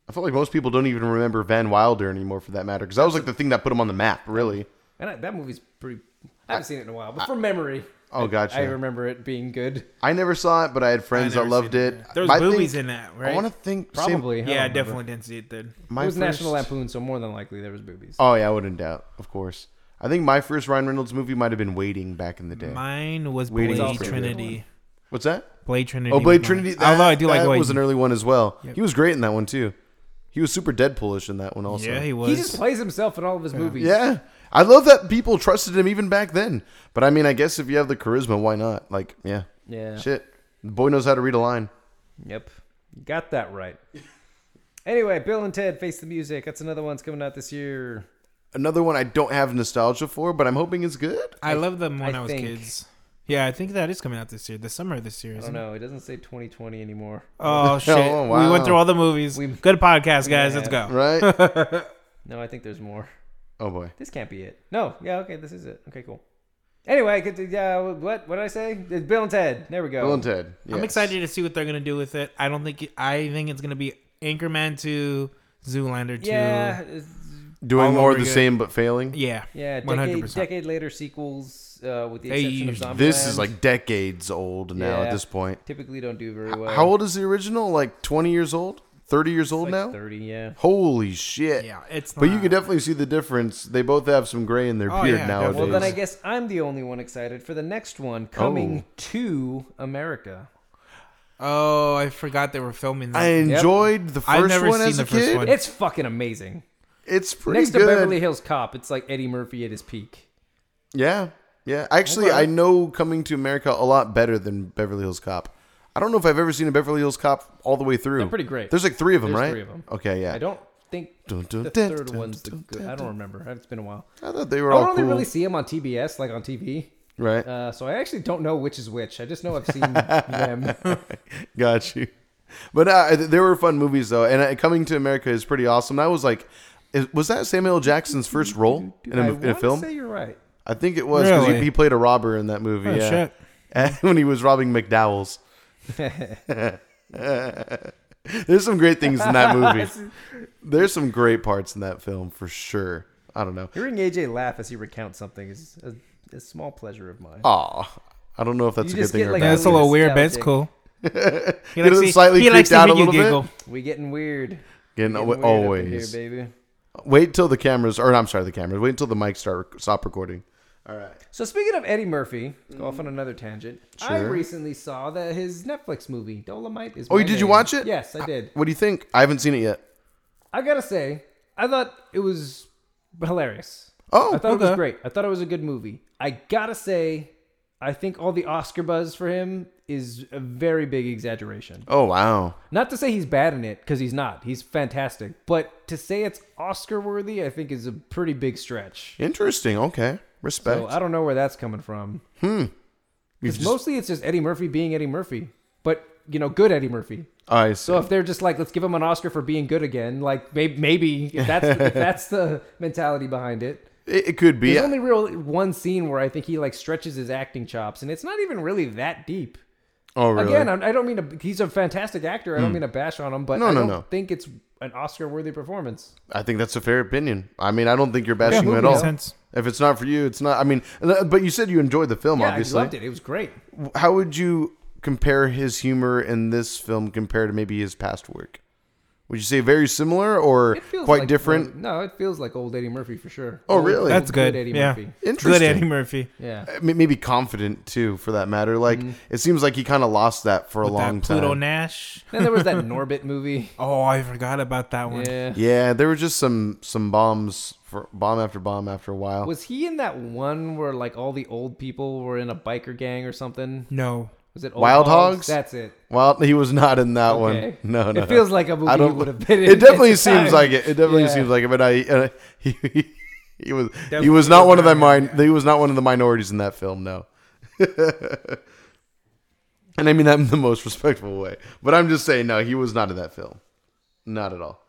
S3: I felt like most people don't even remember Van Wilder anymore, for that matter, because that was like the thing that put him on the map, really.
S4: and I, that movie's pretty. I haven't seen it in a while, but from memory,
S3: Oh, gotcha.
S4: I remember it being good.
S3: I never saw it, but I had friends that loved it.
S5: There's
S3: I
S5: movies
S3: think-
S5: in that,
S3: I
S5: right?
S3: want to think. same-
S4: Probably. I don't
S5: yeah, I
S4: remember.
S5: definitely didn't see it then.
S3: my
S4: It was
S3: first-
S4: National Lampoon, so more than likely there was boobies.
S3: Oh yeah, I wouldn't doubt. Of course. I think my first Ryan Reynolds movie might have been Waiting back in the day.
S5: Mine was
S3: Waiting
S5: Blade
S3: for-
S5: Trinity.
S3: What's that?
S5: Blade Trinity.
S3: Oh, Blade
S5: was mine.
S3: Trinity.
S5: Although I do like
S3: that
S5: Blade.
S3: was an early one as well. He was great in that one too. He was super Deadpoolish in that one also.
S5: yeah, he was.
S4: he just plays himself in all of his movies.
S3: Yeah. I love that people trusted him even back then. But I mean, I guess if you have the charisma, why not? Like, yeah.
S4: Yeah.
S3: Shit. The boy knows how to read a line.
S4: Yep. Got that right. anyway, Bill and Ted Face the Music. That's another one's coming out this year.
S3: Another one I don't have nostalgia for, but I'm hoping is good.
S5: I love them when
S4: I
S5: I, was
S4: think-
S5: kids. Yeah, I think that is coming out this year, the summer of this year.
S4: I
S5: Isn't
S4: don't
S5: it?
S4: know. It doesn't say 2020 anymore.
S5: Oh shit!
S3: Oh,
S5: We went
S3: wow.
S5: through all the movies.
S4: We-
S5: Good podcast, guys. Let's
S4: Yeah.
S5: go.
S3: Right?
S4: No, I think there's more.
S3: oh, boy.
S4: This can't be it. No. Yeah. Okay. This is it. Okay. Cool. Anyway, I could, yeah. What? What did I say? It's Bill and Ted. There we go.
S3: Bill and Ted.
S5: I'm
S3: yes.
S5: excited to see what they're gonna do with it. I don't think. I think it's gonna be Anchorman two, Zoolander two.
S4: Yeah. it's-
S3: Doing
S5: All
S3: more of
S5: over
S3: the
S5: again.
S3: same but failing.
S5: Yeah.
S4: Yeah. Decade,
S5: 100%.
S4: decade later sequels. uh, with the
S5: They
S4: exception of
S5: usually-
S4: Zombieland.
S3: This is like decades old now
S4: Yeah.
S3: at this point.
S4: typically don't do very well.
S3: How old is the original? Like 20 years old? 30 years old
S4: Like
S3: now?
S4: Thirty, yeah.
S3: Holy shit.
S5: Yeah, it's
S3: But you
S5: not-
S3: can definitely see the difference. They both have some gray in their
S5: Oh,
S3: beard
S5: yeah,
S3: nowadays.
S5: definitely.
S4: Well, then I guess I'm the only one excited for the next one coming
S3: Oh.
S4: to America.
S5: Oh, I forgot they were filming
S3: I
S5: that.
S3: enjoyed the
S5: I've
S3: first
S5: never
S3: one
S5: seen
S3: as
S5: the
S3: a
S5: first
S3: kid.
S5: one.
S4: It's fucking amazing.
S3: It's pretty
S4: Next
S3: good.
S4: to Beverly Hills Cop, it's like Eddie Murphy at his peak.
S3: Yeah. Yeah. Actually, I know Coming to America a lot better than Beverly Hills Cop. I don't know if I've ever seen a Beverly Hills Cop all the way through.
S4: They're pretty great.
S3: There's like three of them,
S4: There's
S3: right?
S4: three of 'em.
S3: Okay, yeah.
S4: I don't think
S3: Dun, dun,
S4: the
S3: dun,
S4: third
S3: dun,
S4: one's the
S3: dun,
S4: good.
S3: dun,
S4: I don't
S3: dun.
S4: remember. It's been a while.
S3: I thought they were
S4: I
S3: all
S4: don't
S3: cool.
S4: really see him on TBS, like on TV.
S3: right.
S4: Uh, so I actually don't know which is which. I just know I've seen them.
S3: Got you. But uh, they were fun movies though, and uh, Coming to America is pretty awesome. That was like, is- was that Samuel L. Jackson's first role in
S4: I
S3: a, in a
S4: wanna
S3: film?
S4: Say you're right.
S3: I think it was because
S5: Really?
S3: he, he played a robber in that movie.
S5: Oh,
S3: yeah,
S5: shit.
S3: And when he was robbing McDowell's. There's some great things in that movie. There's some great parts in that film for sure. I don't know.
S4: Hearing AJ laugh as he recounts something is a, a small pleasure of mine.
S3: Aw, I don't know if that's
S4: You
S3: a good
S4: just
S3: thing
S4: get,
S3: or
S4: like,
S3: bad.
S5: That's a little weird, but it's
S4: nostalgic.
S5: cool. He
S3: Get
S5: see-
S3: slightly
S5: he likes
S3: creeped
S5: to
S3: out a
S5: make you
S3: little
S5: giggle.
S3: bit.
S4: We getting weird.
S3: Getting,
S4: Getting
S3: aw-
S4: weird up in
S3: always.
S4: here, baby.
S3: Wait till the cameras, or I'm sorry, the cameras. Wait until the mic start stop recording.
S4: So speaking of Eddie Murphy, let's go off on another tangent. Mm. I
S3: Sure.
S4: recently saw that his Netflix movie Dolomite is.
S3: Oh,
S4: My
S3: did you
S4: Name.
S3: watch it?
S4: Yes, I did.
S3: What do you think? I haven't seen it yet.
S4: I gotta say, I thought it was hilarious.
S3: Oh,
S4: I thought it was
S5: okay.
S4: great. I thought it was a good movie. I gotta say, I think all the Oscar buzz for him is a very big exaggeration.
S3: Oh wow.
S4: Not to say he's bad in it, because he's not. He's fantastic. But to say it's Oscar worthy, I think is a pretty big stretch.
S3: Interesting. Okay. Respect.
S4: So uh, I don't know where that's coming from.
S3: You've
S4: 'Cause
S3: just-
S4: mostly it's just Eddie Murphy being Eddie Murphy, but you know, good Eddie Murphy.
S3: I
S4: So
S3: see.
S4: if they're just like, let's give him an Oscar for being good again, like maybe, maybe if that's if that's the mentality behind it.
S3: it, it could be.
S4: There's only real one scene where I think he like stretches his acting chops, and it's not even really that deep.
S3: oh really? Hmm.
S4: Again, I, I don't mean to. He's a fantastic actor. I don't mean to bash on him, but
S3: No,
S4: I
S3: no,
S4: don't
S3: no.
S4: think it's an Oscar-worthy performance.
S3: I think that's a fair opinion. I mean, I don't think you're bashing him
S4: who
S3: at
S4: would
S3: all.
S5: Makes sense.
S3: If it's not for you, it's not. I mean, uh, but you said you enjoyed the film.
S4: Yeah,
S3: obviously,
S4: I loved it. It was great.
S3: how would you compare his humor in this film compared to maybe his past work? Would you say very similar or
S4: It feels
S3: quite
S4: like-
S3: different?
S4: No, it feels like old Eddie Murphy for sure.
S3: Oh,
S4: Old-
S3: really?
S4: old
S5: That's good.
S4: Eddie
S5: yeah.
S4: Murphy.
S3: Interesting.
S5: Good Eddie Murphy.
S4: Yeah.
S3: M- Maybe confident too, for that matter. Like
S4: Mm-hmm.
S3: it seems like he kind of lost that for a
S5: With
S3: long
S5: that Pluto
S3: time.
S5: Nash.
S4: Then there was that Norbit movie.
S5: Oh, I forgot about that one.
S4: Yeah.
S3: Yeah, there were just some some bombs for bomb after bomb after a while.
S4: Was he in that one where like all the old people were in a biker gang or something?
S5: No.
S4: Was it old
S3: Wild Hogs?
S4: That's it.
S3: well, he was not in that
S4: Okay.
S3: one. No,
S4: It
S3: no.
S4: feels like a movie he would have been in
S3: It definitely
S4: at the
S3: seems
S4: time.
S3: like it. It definitely
S4: Yeah.
S3: seems like it. But I, uh, he, he, he was he
S5: Definitely
S3: was not
S5: was
S3: one of the
S5: not
S3: min- He was not one of the minorities in that film. No. and I mean that in the most respectful way. But I'm just saying, no, he was not in that film. Not at all.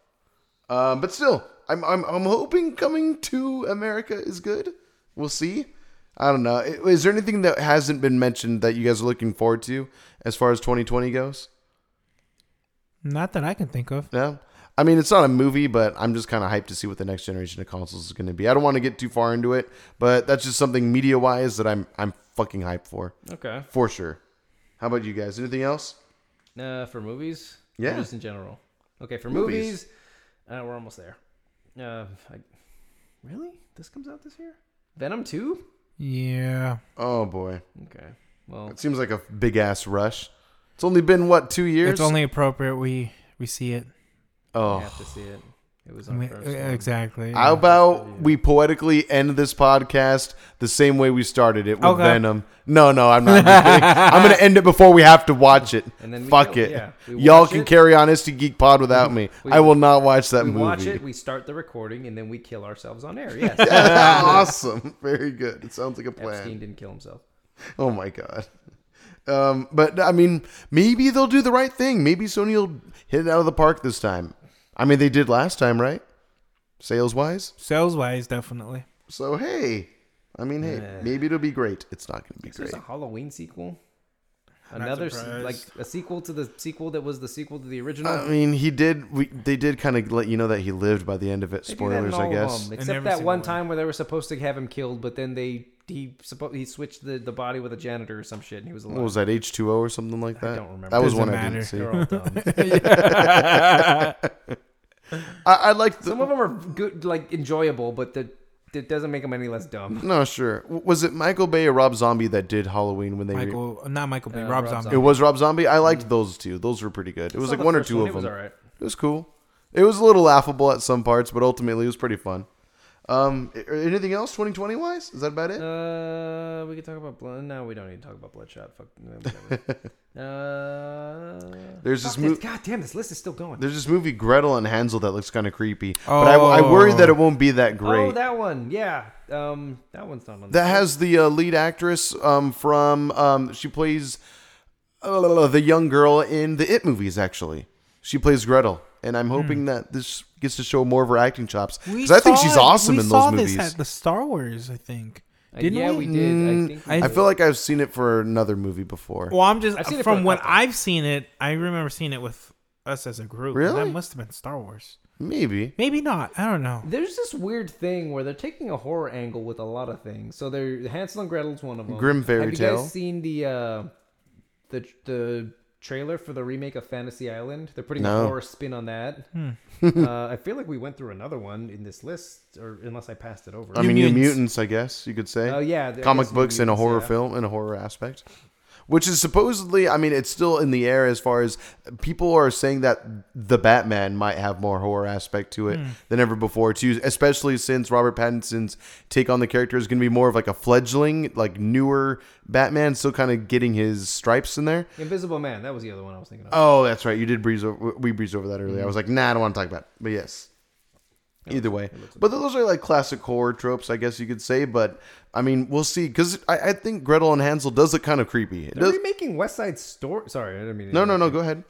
S3: Um, but still, I'm, I'm I'm hoping coming to America is good. We'll see. I don't know. I- Is there anything that hasn't been mentioned that you guys are looking forward to as far as 2020 goes?
S5: Not that I can think of.
S3: No. I mean, it's not a movie, but I'm just kind of hyped to see what the next generation of consoles is going to be. I don't want to get too far into it, but that's just something media wise that I'm I'm fucking hyped for,
S4: Okay.
S3: for sure. How about you guys? Anything else?
S4: Uh, for movies? Or
S3: Yeah.
S4: just in general. Okay, for movies,
S3: Movies.
S4: uh, we're almost there. Uh, I, really? This comes out this year? Venom 2?
S5: Yeah.
S3: Oh boy,
S4: Okay. Well,
S3: it seems like a big ass rush. It's only been what two years?
S5: It's only appropriate we we see it.
S4: I
S3: oh.
S4: have to see it. It was
S5: I
S4: our
S5: mean,
S4: first one.
S5: exactly.
S3: How about we poetically end this podcast the same way we started it with
S5: Okay.
S3: Venom? No, no, I'm not. I'm, kidding. I'm gonna end it before we have to watch it.
S4: And then we
S3: Fuck
S4: go-
S3: it.
S4: yeah, we
S3: Y'all
S4: watch
S3: can
S4: it.
S3: carry on Isty Geek Pod without me.
S4: We-
S3: I will not watch that
S4: We
S3: movie.
S4: watch it, we start the recording, and then we kill ourselves on air. Yes.
S3: awesome. Very good. It sounds like a plan.
S4: Epstein didn't kill himself.
S3: Oh my god. Um, but I mean, maybe they'll do the right thing. Maybe Sony will hit it out of the park this time. I mean, they did last time, right? Sales wise.
S5: Sales wise, definitely.
S3: So hey, I mean, hey, maybe it'll be great. It's not going to be
S4: So there's
S3: great.
S4: a Halloween sequel. Another se- like
S5: surprised.
S4: a sequel to the sequel that was the sequel to the original.
S3: I mean, he did. We, they did kind of let you know that he lived by the end of it.
S4: They do that in
S3: Spoilers,
S4: all
S3: I
S4: of
S3: guess.
S4: them, except
S5: every
S4: that
S5: single
S4: one
S5: one.
S4: time where they were supposed to have him killed, but then they he suppo- he switched the, the body with a janitor or some shit, and he was alive.
S3: What was that H two O or something like that?
S4: don't remember.
S3: That was
S5: Doesn't
S3: one I
S5: matter.
S3: didn't see.
S4: They're all dumb.
S3: I, I like the.
S4: some of them are good, like enjoyable, but the, it doesn't make them any less dumb.
S3: no, sure. W- Was it Michael Bay or Rob Zombie that did Halloween when they? re-
S5: Michael, not Michael Bay,
S4: Uh,
S5: Rob,
S4: Rob
S5: Zombie.
S4: Zombie.
S3: it was Rob Zombie. I liked those two. Those were pretty good. It was
S4: Saw
S3: like
S4: the
S3: one or
S4: first
S3: two
S4: one,
S3: of
S4: it was
S3: them.
S4: all right.
S3: It was cool. It was a little laughable at some parts, but ultimately it was pretty fun. Um, i- anything else 2020 wise? Is that about it?
S4: Uh, we could talk about blood. No, we don't need to talk about Bloodshot. Fuck. no, whatever. uh,
S3: There's
S4: fuck
S3: this mo-
S4: God damn, this list is still going.
S3: There's this movie Gretel and Hansel that looks kind of creepy, but I, I worry
S5: Oh.
S3: that it won't be that great.
S4: Oh, that one. Yeah. Um, that one's not on.
S3: that
S4: the
S3: has the uh, lead actress um, from um, she plays uh, the young girl in the It movies. Actually, she plays Gretel, and I'm hoping that this gets to show more of her acting chops
S5: Hmm. We
S3: because I think
S5: saw
S3: she's
S5: it-
S3: awesome
S5: we
S3: in
S5: saw
S3: those movies.
S5: This at the Star Wars, I think.
S4: Uh,
S5: Didn't
S4: yeah,
S5: we?
S4: we, did. I think. we
S5: I
S3: Mm, I
S4: did.
S3: feel like I've seen it for another movie before.
S5: Well, I'm just
S4: I've seen it for
S5: from
S4: a
S5: when
S4: couple.
S5: I've seen it. I remember seeing it with us as a group. and
S3: Really?
S5: That must have been Star Wars.
S3: Maybe
S5: Maybe not. I don't know.
S4: There's this weird thing where they're taking a horror angle with a lot of things. So they're Hansel and Gretel's one of them.
S3: Grim fairy
S4: Have you
S3: tale.
S4: guys seen the uh, the the trailer for the remake of Fantasy Island? They're putting
S3: No.
S4: a horror spin on that. uh, I feel like we went through another one in this list, or unless I passed it over.
S3: I mean, New
S5: Mutants.
S3: Mutants, I guess you could say.
S4: Oh, yeah, I
S3: comic
S4: guess New
S3: books in a
S4: Mutants,
S3: horror
S4: yeah.
S3: film in a horror aspect, which is supposedly. I mean, it's still in the air as far as people are saying that the Batman might have more horror aspect to it
S4: Hmm.
S3: than ever before too. Especially since Robert Pattinson's take on the character is going to be more of like a fledgling, like newer Batman, still kind of getting his stripes in there.
S4: Invisible Man. That was the other one I was thinking of.
S3: Oh, that's right. You did breeze over. We breezed over that earlier. I was like, nah, I don't want to talk about it. But yes. Either way, but those are like classic horror tropes, I guess you could say. But I mean, we'll see because I, I think Gretel and Hansel does look kind of creepy. It
S4: They're
S3: does,
S4: remaking West Side Story. Sorry, I didn't mean. to
S3: no,
S4: interrupt.
S3: no, no. Go ahead.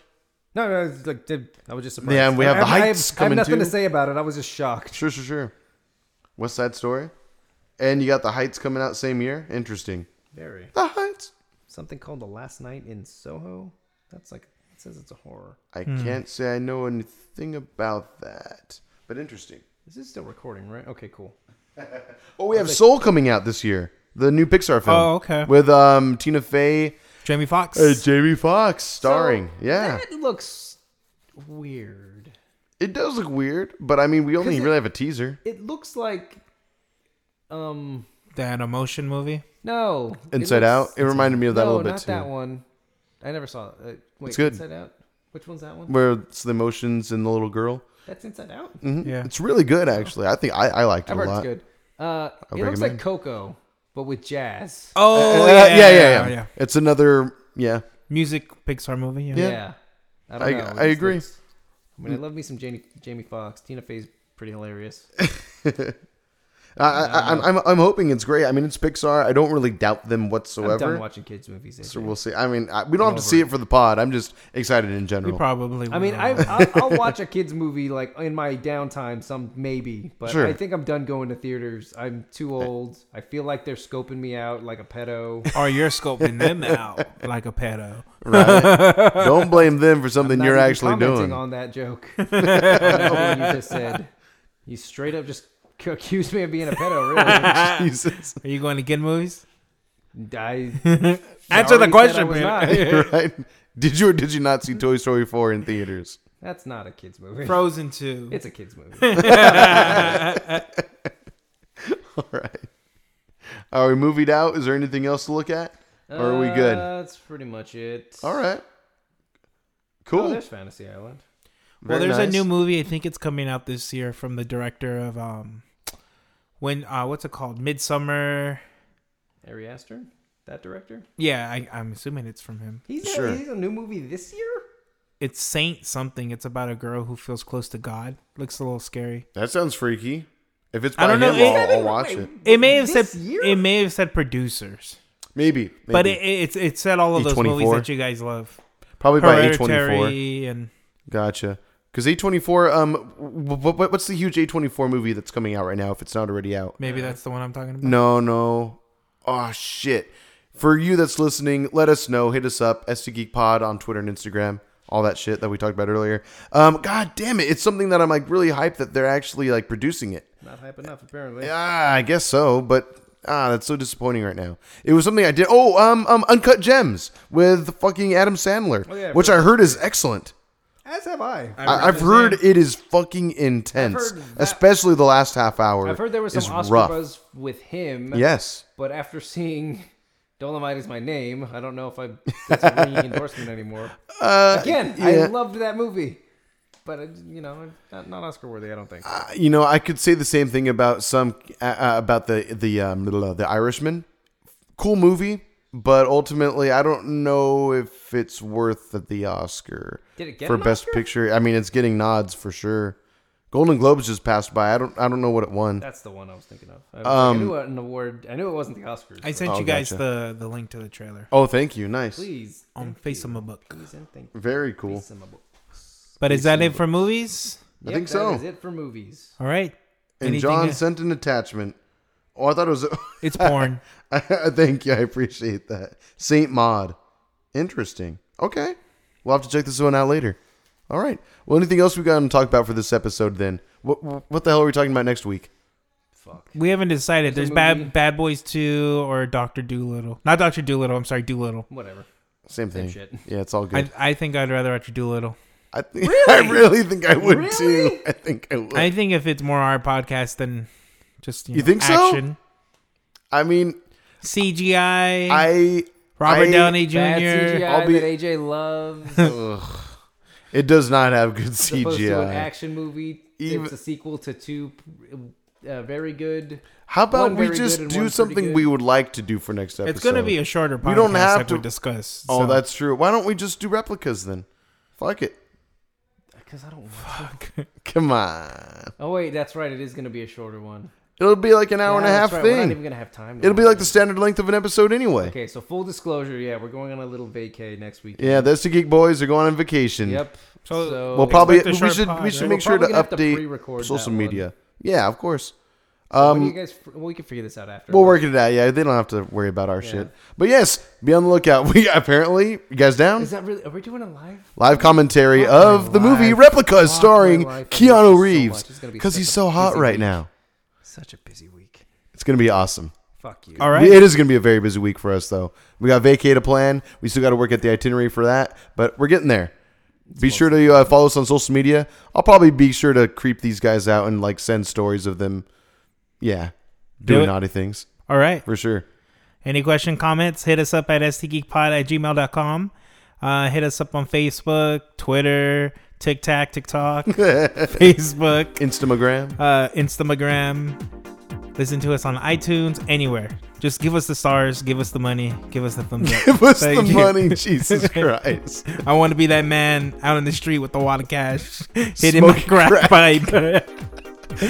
S4: No, no, it's like did, I was just surprised.
S3: Yeah, and we
S4: I-
S3: have the
S4: I- I
S3: Heights
S4: I have,
S3: coming,
S4: nothing
S3: too.
S4: to say about it. I was just shocked.
S3: Sure, sure, sure. West Side Story, and you got The Heights coming out same year. Interesting.
S4: Very
S3: The Heights.
S4: something called The Last Night in Soho. That's like it says it's a horror.
S3: I can't say I know anything about that, but interesting.
S4: This is still recording, right? Okay, cool.
S3: Oh, we have Soul coming out this year, the new Pixar film.
S5: Oh, okay.
S3: With um Tina Fey.
S5: Jamie Foxx.
S3: Uh, Jamie Fox starring.
S4: So,
S3: yeah.
S4: that looks weird.
S3: it does look weird, but I mean, we only
S4: 'Cause it-
S3: really have a teaser.
S4: It looks like, um,
S5: that emotion movie.
S4: no. it
S3: Inside Out.
S4: looks-
S3: It reminded me of that a
S4: no,
S3: little bit
S4: not
S3: too.
S4: that one. I never saw. it. Uh, wait,
S3: It's good.
S4: Inside Out. Which one's that one?
S3: Where it's the emotions and the little girl.
S4: That's Inside Out.
S5: Yeah.
S3: It's really good, actually. I think I, I liked it
S4: I've
S3: a
S4: heard it's
S3: lot.
S4: good. Uh, it looks like
S3: recommend.
S4: Coco, but with jazz.
S5: Oh
S3: Uh,
S5: yeah,
S3: yeah, yeah, yeah, It's another, yeah.
S5: Music Pixar movie. Yeah.
S4: Yeah.
S3: I-
S4: don't know. It
S3: I
S4: just
S3: agree.
S4: looks- I mean, I love me some Jamie, Jamie Fox. Tina Fey's pretty hilarious.
S3: I, I, I'm, I'm, I'm hoping it's great. I mean, it's Pixar. I don't really doubt them
S4: I'm done
S3: whatsoever.
S4: watching kids' movies.
S3: So
S4: AJ.
S3: we'll see. I mean, I, we don't have to see it for the pod. I'm just excited in
S5: We
S3: general.
S5: probably.
S4: I mean,
S5: will.
S4: I, I'll, I'll watch a kids' movie like in my downtime, some maybe, but
S3: Sure. Eh.
S4: I think I'm done going to theaters. I'm too old. I feel like they're scoping me out like a pedo.
S5: or you're scoping them out like a pedo.
S3: don't blame them for something
S4: Not
S3: you're
S4: even
S3: actually
S4: commenting
S3: doing.
S4: on that joke. On what you just said. You straight up just c- accused me of being a pedo. Really?
S3: Jesus.
S5: Are you going to get movies?
S4: I
S5: Answer the
S4: already said I
S5: question,
S4: was
S5: man.
S4: not.
S3: right? Did you or did you not see Toy Story 4 in theaters?
S4: That's not a kids movie.
S5: Frozen Two.
S4: It's a kids movie.
S3: All right. Are we movied out? Is there anything else to look at? Or are we good?
S4: Uh, that's pretty much it.
S3: All right.
S4: Oh,
S3: Cool.
S4: there's Fantasy Island.
S5: well,
S3: Very
S5: there's a
S3: nice.
S5: new movie. I think it's coming out this year from the director of um, when uh, what's it called? Midsummer.
S4: Ari Aster, that director.
S5: Yeah, I, I'm assuming it's from him.
S4: He's
S3: Sure.
S4: a, he's a new movie this year.
S5: It's Saint something. It's about a girl who feels close to God. Looks a little scary.
S3: That sounds freaky. If it's
S5: I
S3: by
S5: don't know,
S3: him,
S5: it-
S3: I'll, I'll watch it.
S5: It may have
S4: This
S5: said
S4: year?
S5: it may have said producers,
S3: Maybe.
S5: but
S3: maybe.
S5: it, it, it's it said all of those movies
S3: A24.
S5: that you guys love.
S3: probably by A24.
S5: Hereditary and
S3: Gotcha. Because A24, um, what, what, what's the huge A24 movie that's coming out right now if it's not already out?
S5: maybe that's the one I'm talking about.
S3: No, no. Oh shit. For you that's listening, let us know. Hit us up, ST Geek Pod on Twitter and Instagram. All that shit that we talked about earlier. Um, God damn it! It's something that I'm like really hyped that they're actually like producing it.
S4: Not hype enough, apparently.
S3: Yeah, I guess so. But ah, that's so disappointing right now. It was something I did. Oh, um, um, Uncut Gems with fucking Adam Sandler,
S4: Oh, yeah,
S3: which I heard is excellent.
S4: As have I.
S1: I
S3: I, I've heard it is fucking intense,
S4: I've heard that-
S3: especially the last half hour.
S4: I've heard there was
S3: is
S4: some Oscar
S3: rough.
S4: buzz with him.
S3: Yes.
S4: But after seeing Dolomite is my name, I don't know if I that's a ringing endorsement anymore.
S3: Uh,
S4: Again,
S3: yeah.
S4: I loved that movie, but I, you know, not, not Oscar worthy. I don't think.
S3: you know, I could say the same thing about some uh, uh, about the the um, uh, the Irishman. Cool movie, but ultimately, I don't know if it's worth the Oscar
S4: Did it get
S3: for
S4: an
S3: Best
S4: Oscar?
S3: Picture. I mean, it's getting nods for sure. Golden Globes just passed by. I don't I don't know what it won.
S4: That's the one I was thinking of. I, was like,
S3: Um,
S4: I knew it an award. I knew it wasn't the Oscars.
S5: I
S4: but
S5: sent
S3: Oh,
S5: you guys
S3: gotcha.
S5: the the link to the trailer
S3: Oh, thank you. Nice.
S4: please,
S5: on Face of a Book.
S4: please and thank you.
S3: Very cool.
S4: Some of it.
S5: But is that it for movies?
S3: I
S4: Yep,
S3: think
S4: that
S3: so.
S4: is it for movies.
S5: All right.
S3: And
S5: Anything-
S3: John sent an attachment. Oh, I thought it was.
S5: It's porn.
S3: Thank you. I appreciate that. Saint Maud. Interesting. Okay. We'll have to check this one out later. All right. Well, anything else we got to talk about for this episode then? What, what the hell are we talking about next week?
S5: We haven't decided.
S4: There's
S5: There's
S4: a movie.
S5: Bad Bad Boys Two or Doctor Doolittle. Not Doctor Doolittle. I'm sorry, Doolittle.
S4: Whatever.
S3: Same thing.
S4: shit.
S3: Yeah, it's all good.
S5: I, I think I'd rather watch Doolittle.
S3: I, think, I really think I would too.
S4: Really?
S3: I think I would.
S5: I
S3: I,
S5: think if it's more our podcast than just you,
S3: You
S5: know,
S3: think so?
S5: action.
S3: mean,
S5: CGI.
S3: I.
S5: Robert
S3: I-
S5: Downey Jr.
S4: Bad CGI
S3: I'll be-
S4: that AJ loves.
S3: It does not have good
S4: Opposed to an
S3: CGI.
S4: action movie.
S3: Even-
S4: It's a sequel to two uh, very good.
S3: How about
S4: one
S3: we
S4: very good
S3: just
S4: and
S3: do
S4: one pretty
S3: something
S4: good.
S3: we would like to do for next episode?
S5: It's going to be a shorter podcast
S3: We don't have
S5: like
S3: to-
S5: we discussed.
S3: Oh,
S5: so.
S3: that's true. Why don't we just do replicas then? Fuck it.
S4: Because I don't.
S3: Come on.
S4: Oh wait, that's right. It is going to be a shorter one.
S3: It'll be like an hour and a
S4: Yeah,
S3: half
S4: that's right, We're not
S3: thing.
S4: even going to have time. to
S3: It'll be
S4: watch
S3: like the standard length of an episode anyway.
S4: it. Okay, so full disclosure. Yeah, we're going on a little vacay next week.
S3: Yeah, that's the Geek Boys are going on vacation.
S4: Yep.
S5: So-
S4: So,
S3: We'll probably
S5: Expect a
S3: we
S5: short
S3: should
S5: pod,
S3: we should
S5: right?
S3: make
S5: We're
S3: sure to
S4: probably gonna have to
S3: update
S4: pre-record that
S3: social
S4: one.
S3: media. Yeah, of course.
S4: what do you
S3: Um,
S4: guys? Well, we can figure this out after.
S3: we'll work it out. Yeah, they don't have to worry about our shit. But yes, be on the lookout. We apparently you guys down
S4: Is that really? Are we doing a live?
S3: live commentary of the movie
S4: life.
S3: Replicas
S4: Fuck
S3: starring
S4: my life. I miss you so
S3: Keanu Reeves
S4: much. It's gonna be
S3: because
S4: such
S3: he's
S4: a
S3: so hot
S4: busy
S3: right
S4: week.
S3: now.
S4: Such a busy week.
S3: It's gonna be awesome.
S4: Fuck you.
S5: All right.
S3: It is going to be a very busy week for us, though. We got vacate a plan. We still got to work at the itinerary for that, but we're getting there. Be sure to uh, follow us on social media. I'll probably be sure to creep these guys out and like send stories of them. Yeah,
S5: Do
S3: doing
S5: it.
S3: naughty things
S5: All right.
S3: for sure.
S5: Any question, comments, hit us up at stgeekpod at gmail.com. Uh, hit us up on Facebook, Twitter, TikTok, TikTok, Facebook,
S3: Instagram.
S5: uh, Instagram. Listen to us on iTunes, anywhere. Just give us the stars, give us the money, give us the thumbs up.
S3: Give us the
S5: Thank you.
S3: money, Jesus Christ.
S5: I want to be that man out in the street with a wad of cash, hitting my
S3: Smoking
S5: crack, pipe.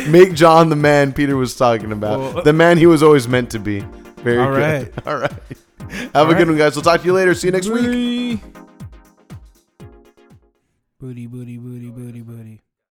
S3: Make John the man Peter was talking about,
S5: Well-
S3: the man he was always meant to be. Very
S5: All
S3: good.
S5: right.
S3: All right. Have a good
S5: right.
S3: one, guys. We'll talk to you later. See you next week.
S5: Booty, booty, booty, booty, booty.